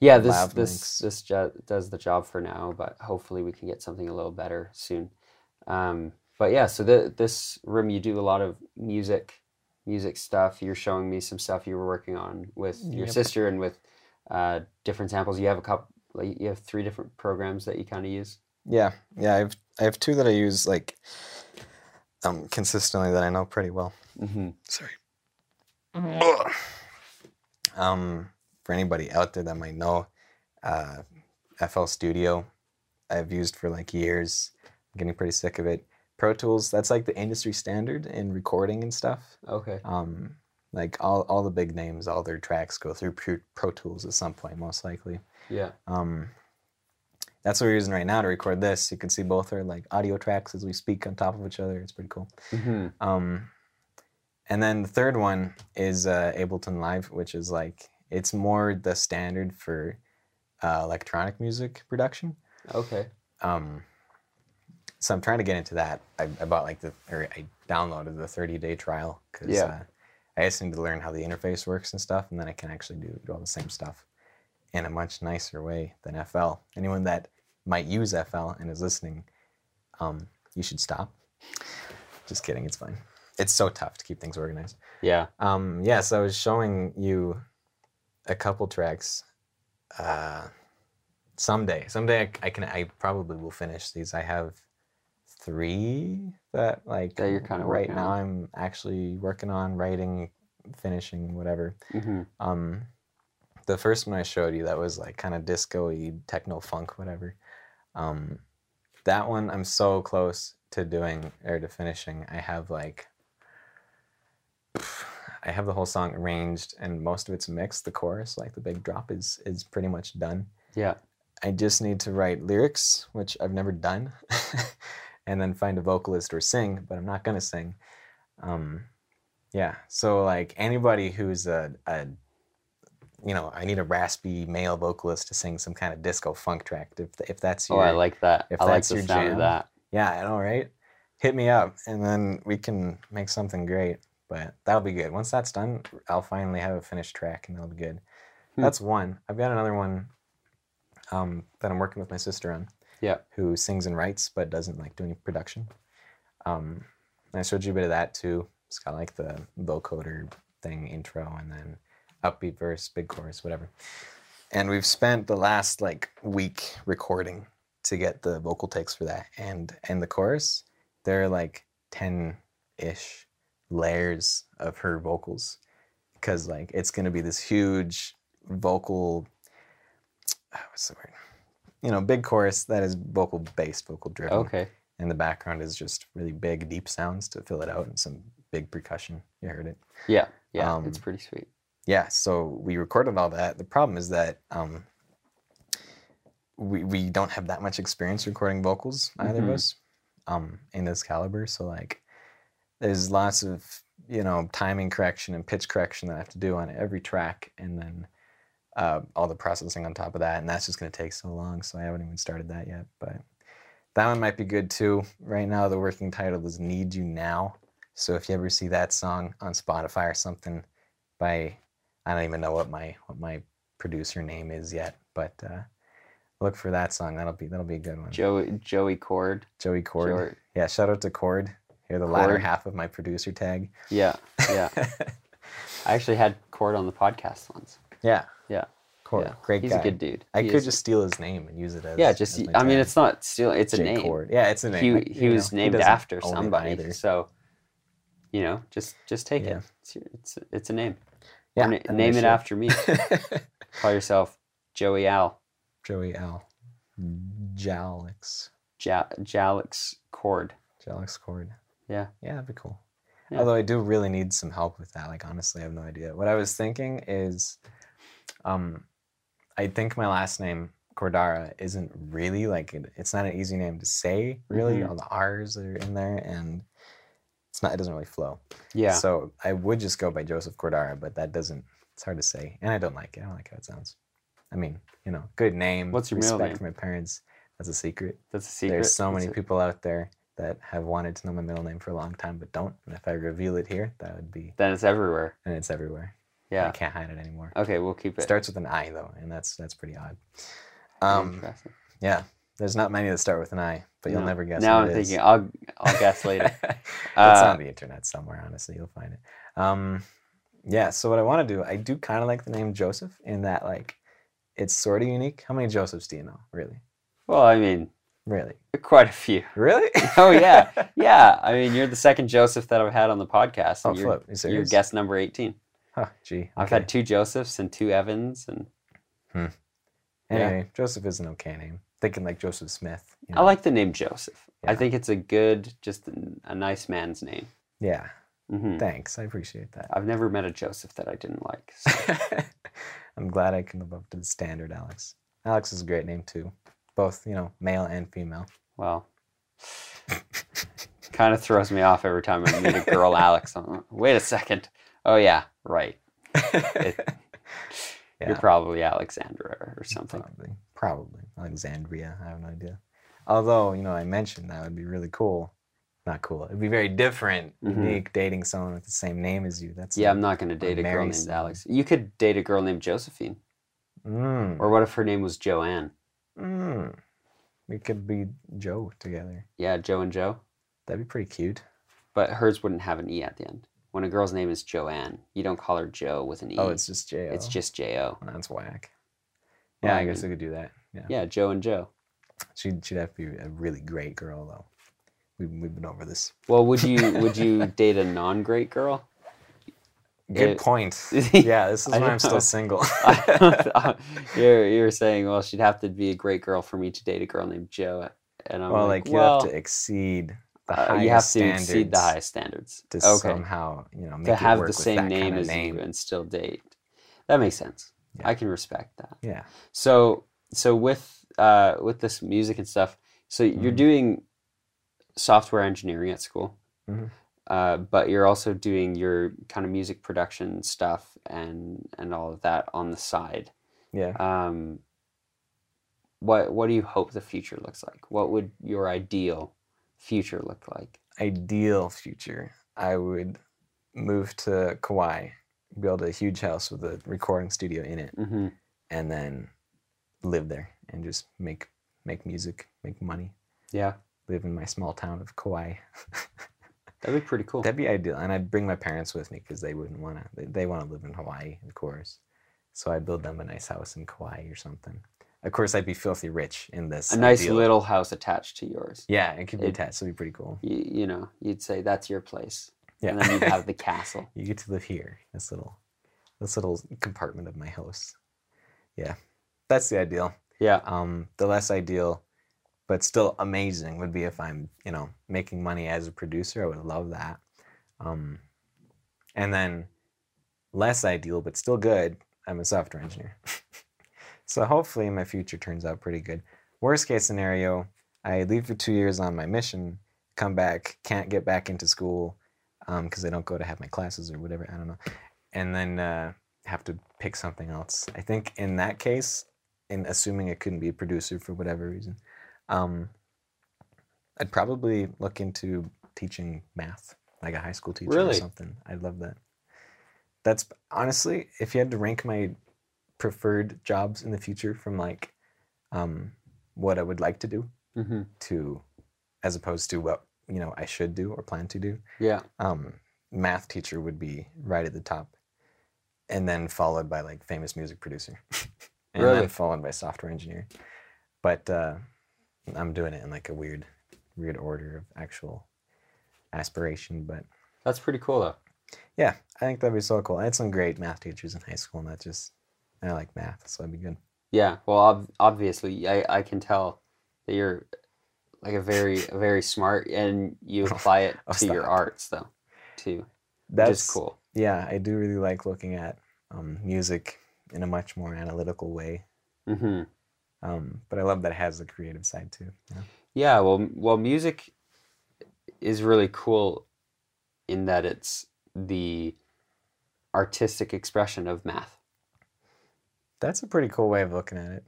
Speaker 1: yeah. This
Speaker 2: Lav
Speaker 1: this
Speaker 2: mics.
Speaker 1: this jo- does the job for now, but hopefully we can get something a little better soon. Um, but yeah, so the, this room you do a lot of music, music stuff. You're showing me some stuff you were working on with your
Speaker 2: Yep.
Speaker 1: sister and with uh, different samples. You have a couple. Like you have three different programs that you kind of use.
Speaker 2: yeah, yeah. I've I have two that I use like um consistently that I know pretty well.
Speaker 1: Mm-hmm.
Speaker 2: Sorry. um, for anybody out there that might know, uh, FL Studio, I've used for like years. I'm getting pretty sick of it. Pro Tools, that's like the industry standard in recording and stuff.
Speaker 1: Okay.
Speaker 2: Um, like all, all the big names, all their tracks go through Pro, Pro Tools at some point, most likely.
Speaker 1: Yeah.
Speaker 2: Um, that's what we're using right now to record this. You can see both are like audio tracks as we speak on top of each other. It's pretty cool.
Speaker 1: Mm-hmm.
Speaker 2: Um, and then the third one is uh, Ableton Live, which is like it's more the standard for uh, electronic music production.
Speaker 1: Okay.
Speaker 2: Um, so I'm trying to get into that. I, I bought like the or I downloaded the 30 day trial because
Speaker 1: Yeah.
Speaker 2: uh, I just need to learn how the interface works and stuff, and then I can actually do, do all the same stuff in a much nicer way than FL. Anyone that might use FL and is listening, um, you should stop. Just kidding, it's fine. It's so tough to keep things organized.
Speaker 1: Yeah.
Speaker 2: Um, yeah, so I was showing you a couple tracks. Uh, someday, someday I, I can, I probably will finish these. I have three that like
Speaker 1: That you're kinda
Speaker 2: right
Speaker 1: working
Speaker 2: now.
Speaker 1: on.
Speaker 2: I'm actually working on writing, finishing, whatever.
Speaker 1: Mm-hmm.
Speaker 2: Um, the first one I showed you that was like kind of disco-y, techno funk, whatever. Um, that one I'm so close to doing or to finishing. I have like, I have the whole song arranged and most of it's mixed. The chorus, like the big drop, is is pretty much done.
Speaker 1: Yeah.
Speaker 2: I just need to write lyrics, which I've never done, and then find a vocalist or sing, but I'm not gonna sing. Um, yeah, so like anybody who's a, a you know, I need a raspy male vocalist to sing some kind of disco funk track. If, if that's
Speaker 1: Oh,
Speaker 2: your,
Speaker 1: I like that.
Speaker 2: if
Speaker 1: I like
Speaker 2: that's
Speaker 1: the
Speaker 2: your
Speaker 1: sound
Speaker 2: jam,
Speaker 1: of that.
Speaker 2: yeah, I know, right? Hit me up, and then we can make something great. But that'll be good. Once that's done, I'll finally have a finished track, and that'll be good.
Speaker 1: Hmm.
Speaker 2: That's one. I've got another one um, that I'm working with my sister on.
Speaker 1: Yeah.
Speaker 2: Who sings and writes but doesn't like doing production. Um, and I showed you a bit of that too. It's got like the vocoder thing, intro, and then upbeat verse, big chorus, whatever. And we've spent the last like week recording to get the vocal takes for that. And and the chorus, there are like 10 ish layers of her vocals because like it's going to be this huge vocal ah, what's the word you know big chorus that is vocal based vocal driven
Speaker 1: Okay.
Speaker 2: and the background is just really big deep sounds to fill it out and some big percussion you heard it
Speaker 1: Yeah. Yeah. it's
Speaker 2: Um,
Speaker 1: pretty sweet.
Speaker 2: yeah so we recorded all that the problem is that um we, we don't have that much experience recording vocals either
Speaker 1: Mhm.
Speaker 2: of us um in this caliber so like there's lots of you know timing correction and pitch correction that i have to do on every track and then uh, all the processing on top of that and that's just going to take so long so i haven't even started that yet but that one might be good too right now the working title is need you now so if you ever see that song on spotify or something by I don't even know what my what my producer name is yet, but uh, look for that song. That'll be that'll be a good one.
Speaker 1: Joey Joey Cord.
Speaker 2: Joey Cord.
Speaker 1: Joey-
Speaker 2: Yeah, shout out to Cord. You're the latter
Speaker 1: Cord.
Speaker 2: half of my producer tag.
Speaker 1: Yeah. Yeah. I actually had Cord on the podcast once.
Speaker 2: yeah.
Speaker 1: Yeah.
Speaker 2: Cord.
Speaker 1: yeah.
Speaker 2: Great
Speaker 1: He's
Speaker 2: guy.
Speaker 1: a good dude.
Speaker 2: I
Speaker 1: He
Speaker 2: could
Speaker 1: is-
Speaker 2: just steal his name and use it as
Speaker 1: Yeah, just
Speaker 2: as my
Speaker 1: I mean
Speaker 2: tag.
Speaker 1: it's not still it's a
Speaker 2: Jay
Speaker 1: name.
Speaker 2: Cord. Yeah, it's a name. I-
Speaker 1: He
Speaker 2: you
Speaker 1: he was
Speaker 2: know,
Speaker 1: named
Speaker 2: doesn't
Speaker 1: after
Speaker 2: own it
Speaker 1: somebody.
Speaker 2: either.
Speaker 1: So you know, just just take
Speaker 2: Yeah.
Speaker 1: it. It's, your- it's it's a name.
Speaker 2: Yeah,
Speaker 1: Or na-
Speaker 2: and
Speaker 1: name
Speaker 2: they
Speaker 1: it after me.
Speaker 2: should.
Speaker 1: Call yourself Joey Al
Speaker 2: Joey L. Jalix.
Speaker 1: ja- Jalix Cord.
Speaker 2: Jalex Cord.
Speaker 1: Yeah.
Speaker 2: Yeah, that'd be cool.
Speaker 1: Yeah.
Speaker 2: Although I do really need some help with that. Like honestly, I have no idea. What I was thinking is um I think my last name, Cordara, isn't really like it, it's not an easy name to say, really.
Speaker 1: Mhm.
Speaker 2: All the R's are in there and it's not it doesn't really flow.
Speaker 1: Yeah.
Speaker 2: So I would just go by Joseph Cordara, but that doesn't it's hard to say. And I don't like it. I don't like how it sounds. I mean, you know, good name.
Speaker 1: What's your middle
Speaker 2: respect
Speaker 1: name?
Speaker 2: for my parents. That's a secret.
Speaker 1: That's a secret.
Speaker 2: There's so
Speaker 1: That's
Speaker 2: many
Speaker 1: it.
Speaker 2: people out there that have wanted to know my middle name for a long time but don't. And if I reveal it here, that would be
Speaker 1: Then it's everywhere.
Speaker 2: and it's everywhere. I
Speaker 1: Yeah.
Speaker 2: can't hide it anymore.
Speaker 1: Okay, we'll keep
Speaker 2: It
Speaker 1: it.
Speaker 2: starts with an I though, and that's that's pretty odd. Um,
Speaker 1: Interesting.
Speaker 2: yeah, there's not many that start with an I, but you'll
Speaker 1: No.
Speaker 2: never guess.
Speaker 1: Now
Speaker 2: what
Speaker 1: I'm
Speaker 2: it is.
Speaker 1: thinking I'll I'll guess later.
Speaker 2: it's
Speaker 1: Uh,
Speaker 2: on the internet somewhere. Honestly, you'll find it. Um, yeah. So what I want to do, I do kind of like the name Joseph in that like it's sort of unique. How many Josephs do you know? Really,
Speaker 1: Well, I mean,
Speaker 2: really,
Speaker 1: quite a few.
Speaker 2: really?
Speaker 1: Oh yeah. Yeah. I mean, you're the second Joseph that I've had on the podcast.
Speaker 2: oh,
Speaker 1: and you're,
Speaker 2: flip. You
Speaker 1: You're
Speaker 2: serious?
Speaker 1: guest number 18.
Speaker 2: Huh, gee.
Speaker 1: I've
Speaker 2: okay.
Speaker 1: had two Josephs and two Evans, and Yeah.
Speaker 2: Anyway, Joseph is an okay name. Thinking like Joseph Smith. you
Speaker 1: I
Speaker 2: know.
Speaker 1: like the name Joseph. I
Speaker 2: Yeah.
Speaker 1: think it's a good, just n- a nice man's name.
Speaker 2: Yeah,
Speaker 1: hmm
Speaker 2: thanks. I appreciate that.
Speaker 1: I've never met a Joseph that I didn't like. so-
Speaker 2: I'm glad I can live up to the standard, Alex. Alex is a great name too, both you know, male and female.
Speaker 1: well, kind of throws me off every time I meet a girl, Alex. I'm like, Wait a second. Oh yeah, right. You're
Speaker 2: Yeah.
Speaker 1: probably Alexandra or something.
Speaker 2: Probably, probably Alexandria. I have no idea. Although you know, I mentioned that would be really cool. Not cool. It'd be very different,
Speaker 1: Mhm.
Speaker 2: unique dating someone with the same name as you. That's
Speaker 1: Yeah, I'm
Speaker 2: like-
Speaker 1: not going to date a girl
Speaker 2: marry
Speaker 1: named
Speaker 2: someone.
Speaker 1: Alex. You could date a girl named Josephine.
Speaker 2: Mm,
Speaker 1: Or what if her name was Joanne?
Speaker 2: mm. We could be Joe together.
Speaker 1: Yeah, Joe and Joe.
Speaker 2: That'd be pretty cute.
Speaker 1: But hers wouldn't have an E at the end. When a girl's name is Joanne, you don't call her Joe with an E.
Speaker 2: Oh, it's just J.
Speaker 1: It's just J-O.
Speaker 2: that's whack.
Speaker 1: Well,
Speaker 2: Yeah,
Speaker 1: I
Speaker 2: I guess
Speaker 1: mean-
Speaker 2: we could do that. Yeah.
Speaker 1: Yeah, Joe and Joe.
Speaker 2: she'd she'd have to be a really great girl though. We've we've been over this.
Speaker 1: Well, would you would you date a non-great girl?
Speaker 2: Good
Speaker 1: It-
Speaker 2: point. yeah, this is
Speaker 1: I
Speaker 2: why I'm
Speaker 1: know.
Speaker 2: still single.
Speaker 1: you're you're saying well she'd have to be a great girl for me to date a girl named Joe, and I'm
Speaker 2: well,
Speaker 1: like,
Speaker 2: like you
Speaker 1: well,
Speaker 2: have to exceed the
Speaker 1: uh,
Speaker 2: highest
Speaker 1: you have to
Speaker 2: standards
Speaker 1: exceed the highest standards.
Speaker 2: to
Speaker 1: okay,
Speaker 2: somehow you know make
Speaker 1: to
Speaker 2: it
Speaker 1: have
Speaker 2: work
Speaker 1: the
Speaker 2: with
Speaker 1: same
Speaker 2: that
Speaker 1: name
Speaker 2: kind of
Speaker 1: as
Speaker 2: name.
Speaker 1: you and still date. That makes sense.
Speaker 2: Yeah.
Speaker 1: I can respect that.
Speaker 2: Yeah,
Speaker 1: So so with uh with this music and stuff, so you're
Speaker 2: Mhm.
Speaker 1: doing software engineering at school.
Speaker 2: Mhm.
Speaker 1: uh, but you're also doing your kind of music production stuff and and all of that on the side.
Speaker 2: Yeah.
Speaker 1: Um, what what do you hope the future looks like? What would your ideal future look like?
Speaker 2: Ideal future, I would move to Kauai, build a huge house with a recording studio in it,
Speaker 1: hmm
Speaker 2: and then live there and just make make music, make money,
Speaker 1: Yeah,
Speaker 2: live in my small town of Kauai.
Speaker 1: that'd be pretty cool.
Speaker 2: That'd be ideal, and I'd bring my parents with me because they wouldn't want to. They, they want to live in Hawaii, of course. So I'd build them a nice house in Kauai or something. Of course, I'd be filthy rich in this.
Speaker 1: a nice
Speaker 2: ideal-
Speaker 1: little house attached to yours.
Speaker 2: Yeah, it could be
Speaker 1: it-
Speaker 2: attached. It'd be pretty cool.
Speaker 1: You, you know, you'd say that's your place,
Speaker 2: Yeah.
Speaker 1: and then you'd have the castle.
Speaker 2: you get to live here this little this little compartment of my house yeah that's the ideal
Speaker 1: Yeah,
Speaker 2: um the less ideal but still amazing would be if i'm you know making money as a producer i would love that um and then less ideal but still good i'm a software engineer so hopefully my future turns out pretty good worst case scenario i leave for two years on my mission come back can't get back into school because i don't go to have my classes or whatever i don't know and then uh, have to pick something else i think in that case in assuming i couldn't be a producer for whatever reason um, i'd probably look into teaching math like a high school teacher or
Speaker 1: Really?
Speaker 2: something i'd love that that's honestly if you had to rank my preferred jobs in the future from like um, what I would like to do
Speaker 1: hmm
Speaker 2: to as opposed to what you know I should do or plan to do.
Speaker 1: yeah,
Speaker 2: Um, math teacher would be right at the top, and then followed by like famous music producer, and
Speaker 1: Really?
Speaker 2: then followed by software engineer. But uh, I'm doing it in like a weird, weird order of actual aspiration. But
Speaker 1: that's pretty cool though.
Speaker 2: yeah, I think that'd be so cool. I had some great math teachers in high school, and that just I like math, so that'd be good.
Speaker 1: Yeah, well, ob- obviously, I, I can tell that you're like a very a very smart, and you apply it
Speaker 2: Oh,
Speaker 1: to your
Speaker 2: stop.
Speaker 1: arts though, too,
Speaker 2: That's
Speaker 1: which is cool.
Speaker 2: yeah, I do really like looking at um, music in a much more analytical way.
Speaker 1: hmm
Speaker 2: Um, but I love that it has the creative side too. Yeah.
Speaker 1: Yeah, well, m- well, music is really cool in that it's the artistic expression of math.
Speaker 2: That's a pretty cool way of looking at it.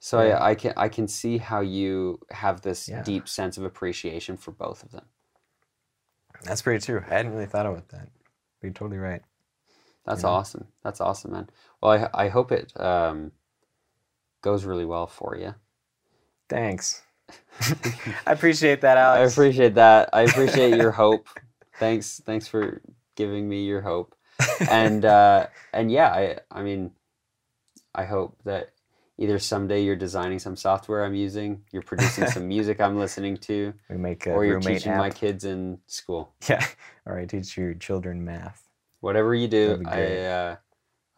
Speaker 1: So
Speaker 2: Yeah.
Speaker 1: I, I can I can see how you have this
Speaker 2: Yeah.
Speaker 1: deep sense of appreciation for both of them.
Speaker 2: That's pretty true. I hadn't really thought about that. But you're totally right.
Speaker 1: That's
Speaker 2: Yeah.
Speaker 1: awesome. That's awesome, man. Well, I I hope it um, goes really well for you.
Speaker 2: Thanks. I appreciate that, Alex.
Speaker 1: I appreciate that. I appreciate your hope. Thanks, thanks for giving me your hope. And uh, and yeah, I I mean, I hope that either someday you're designing some software I'm using, you're producing some music I'm listening to,
Speaker 2: we make a
Speaker 1: or you're
Speaker 2: roommate
Speaker 1: teaching
Speaker 2: app.
Speaker 1: my kids in school.
Speaker 2: Yeah, or I teach your children math.
Speaker 1: Whatever you do,
Speaker 2: That'd be
Speaker 1: I
Speaker 2: great.
Speaker 1: uh,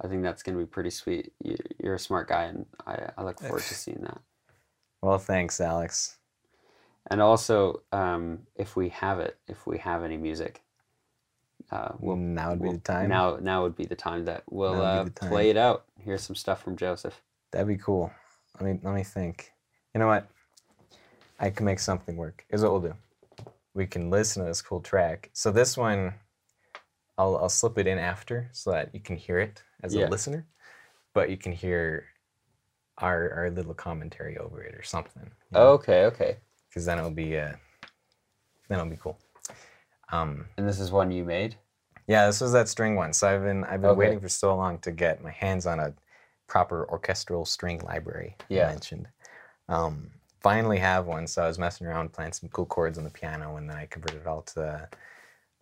Speaker 1: I think that's gonna be pretty sweet. You, you're a smart guy, and I, I look forward to seeing that.
Speaker 2: Well, thanks, Alex.
Speaker 1: And also, um, if we have it, if we have any music, uh, we'll
Speaker 2: Well, now would be
Speaker 1: Well,
Speaker 2: the time.
Speaker 1: Now, now would be the time that we'll
Speaker 2: Now
Speaker 1: uh,
Speaker 2: would be the
Speaker 1: play it out. Here's some stuff from Joseph.
Speaker 2: That'd be cool. Let me let me think. You know what? I can make something work. Is what we'll do. We can listen to this cool track. So this one, I'll I'll slip it in after so that you can hear it as
Speaker 1: Yeah.
Speaker 2: a listener, but you can hear our our little commentary over it or something.
Speaker 1: Okay, okay.
Speaker 2: Because then it'll be uh, then it'll be cool. Um,
Speaker 1: And this is one you made.
Speaker 2: yeah, this was that string one. So I've been I've been
Speaker 1: Okay.
Speaker 2: waiting for so long to get my hands on a proper orchestral string library. you
Speaker 1: Yeah.
Speaker 2: mentioned. Um, finally have one. So I was messing around playing some cool chords on the piano, and then I converted it all to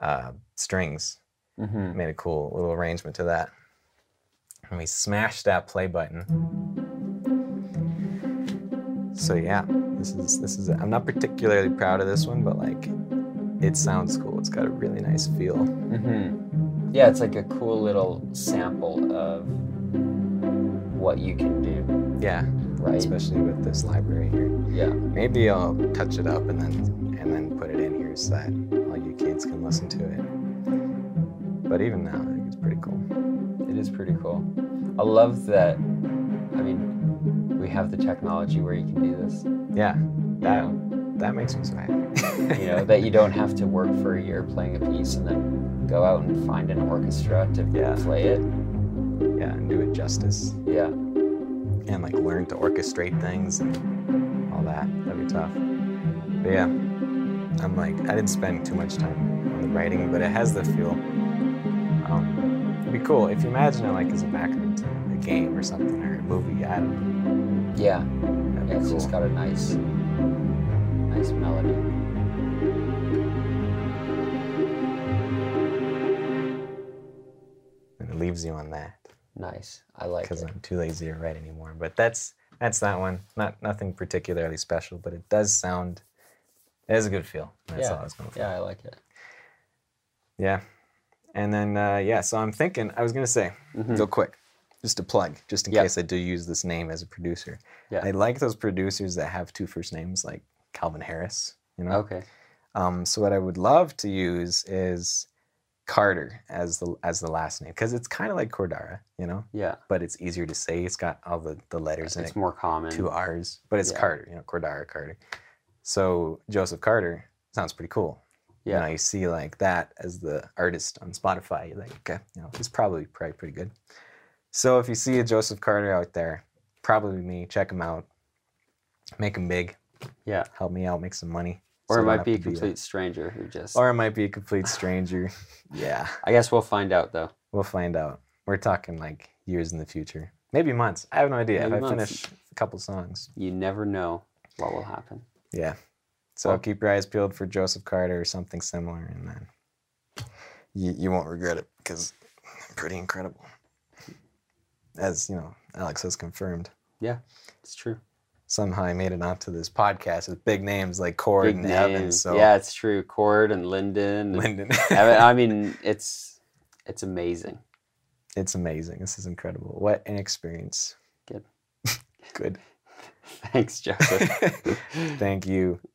Speaker 2: uh, strings.
Speaker 1: Mm-hmm.
Speaker 2: Made a cool little arrangement to that. And we smashed that play button. So yeah, this is this is. I'm not particularly proud of this one, but like, it sounds cool. It's got a really nice feel.
Speaker 1: Mm-hmm. Yeah, it's like a cool little sample of what you can do,
Speaker 2: Yeah.
Speaker 1: right?
Speaker 2: especially with this library here.
Speaker 1: Yeah.
Speaker 2: Maybe I'll touch it up and then and then put it in here so that all you kids can listen to it. But even now, I think it's pretty cool.
Speaker 1: It is pretty cool. I love that. I mean, we have the technology where you can do this. you
Speaker 2: Yeah, that
Speaker 1: know?
Speaker 2: That makes me so happy.
Speaker 1: you know that you don't have to work for a year playing a piece and then go out and find an orchestra to
Speaker 2: Yeah.
Speaker 1: play it
Speaker 2: yeah, and do it justice.
Speaker 1: yeah
Speaker 2: and like learn to orchestrate things and all that. That'd be tough. But yeah, I'm like, I didn't spend too much time on the writing, but it has the feel. Um, it'd be cool if you imagine it like as a background to a game or something or a movie. I don't know.
Speaker 1: yeah
Speaker 2: That'd be
Speaker 1: it's
Speaker 2: cool.
Speaker 1: just got a nice nice melody
Speaker 2: and it leaves you on that
Speaker 1: nice i like
Speaker 2: because
Speaker 1: it
Speaker 2: I'm too lazy to write anymore. But that's that's that one. Not nothing particularly special, but it does sound. It has a good feel. That's
Speaker 1: Yeah.
Speaker 2: all I was going for.
Speaker 1: yeah i like it
Speaker 2: Yeah. And then, uh, yeah, so I'm thinking, I was going to say,
Speaker 1: Mhm.
Speaker 2: real quick, just a plug, just in
Speaker 1: Yeah.
Speaker 2: case I do use this name as a producer.
Speaker 1: Yeah.
Speaker 2: I like those producers that have two first names, like Calvin Harris, you know?
Speaker 1: okay Oh.
Speaker 2: Um, so what I would love to use is Carter as the as the last name because it's kind of like Cordara, you know,
Speaker 1: yeah
Speaker 2: but it's easier to say. It's got all the, the letters in it
Speaker 1: it's more common
Speaker 2: two R's, but it's
Speaker 1: Yeah.
Speaker 2: Carter, you know, Cordara Carter. So Joseph Carter sounds pretty cool.
Speaker 1: Yeah.
Speaker 2: You know, you see like that as the artist on Spotify, you're like, okay, you know, he's probably probably pretty good. So if you see a Joseph Carter out there, probably me, check him out. Make him big,
Speaker 1: yeah
Speaker 2: help me out, make some money.
Speaker 1: or it
Speaker 2: So I don't
Speaker 1: might
Speaker 2: have
Speaker 1: be a
Speaker 2: to a-
Speaker 1: complete stranger who just
Speaker 2: or it might be a complete stranger. yeah.
Speaker 1: i guess we'll find out though
Speaker 2: We'll find out. We're talking like years in the future. Maybe months. I have no idea.
Speaker 1: Maybe
Speaker 2: if I
Speaker 1: months.
Speaker 2: finish a couple songs.
Speaker 1: you never know what will happen
Speaker 2: Yeah. So
Speaker 1: Well-
Speaker 2: keep your eyes peeled for Joseph Carter or something similar, and then you, you won't regret it because pretty incredible. As you know, Alex has confirmed.
Speaker 1: it's true
Speaker 2: Somehow I made it onto this podcast with big names like Cord
Speaker 1: Big
Speaker 2: and Evans.
Speaker 1: names.
Speaker 2: So
Speaker 1: yeah it's true cord and linden and
Speaker 2: Lyndon.
Speaker 1: I mean- I mean, it's it's amazing.
Speaker 2: it's amazing. This is incredible. What an experience.
Speaker 1: Good.
Speaker 2: Good.
Speaker 1: Thanks, Joseph.
Speaker 2: Thank you.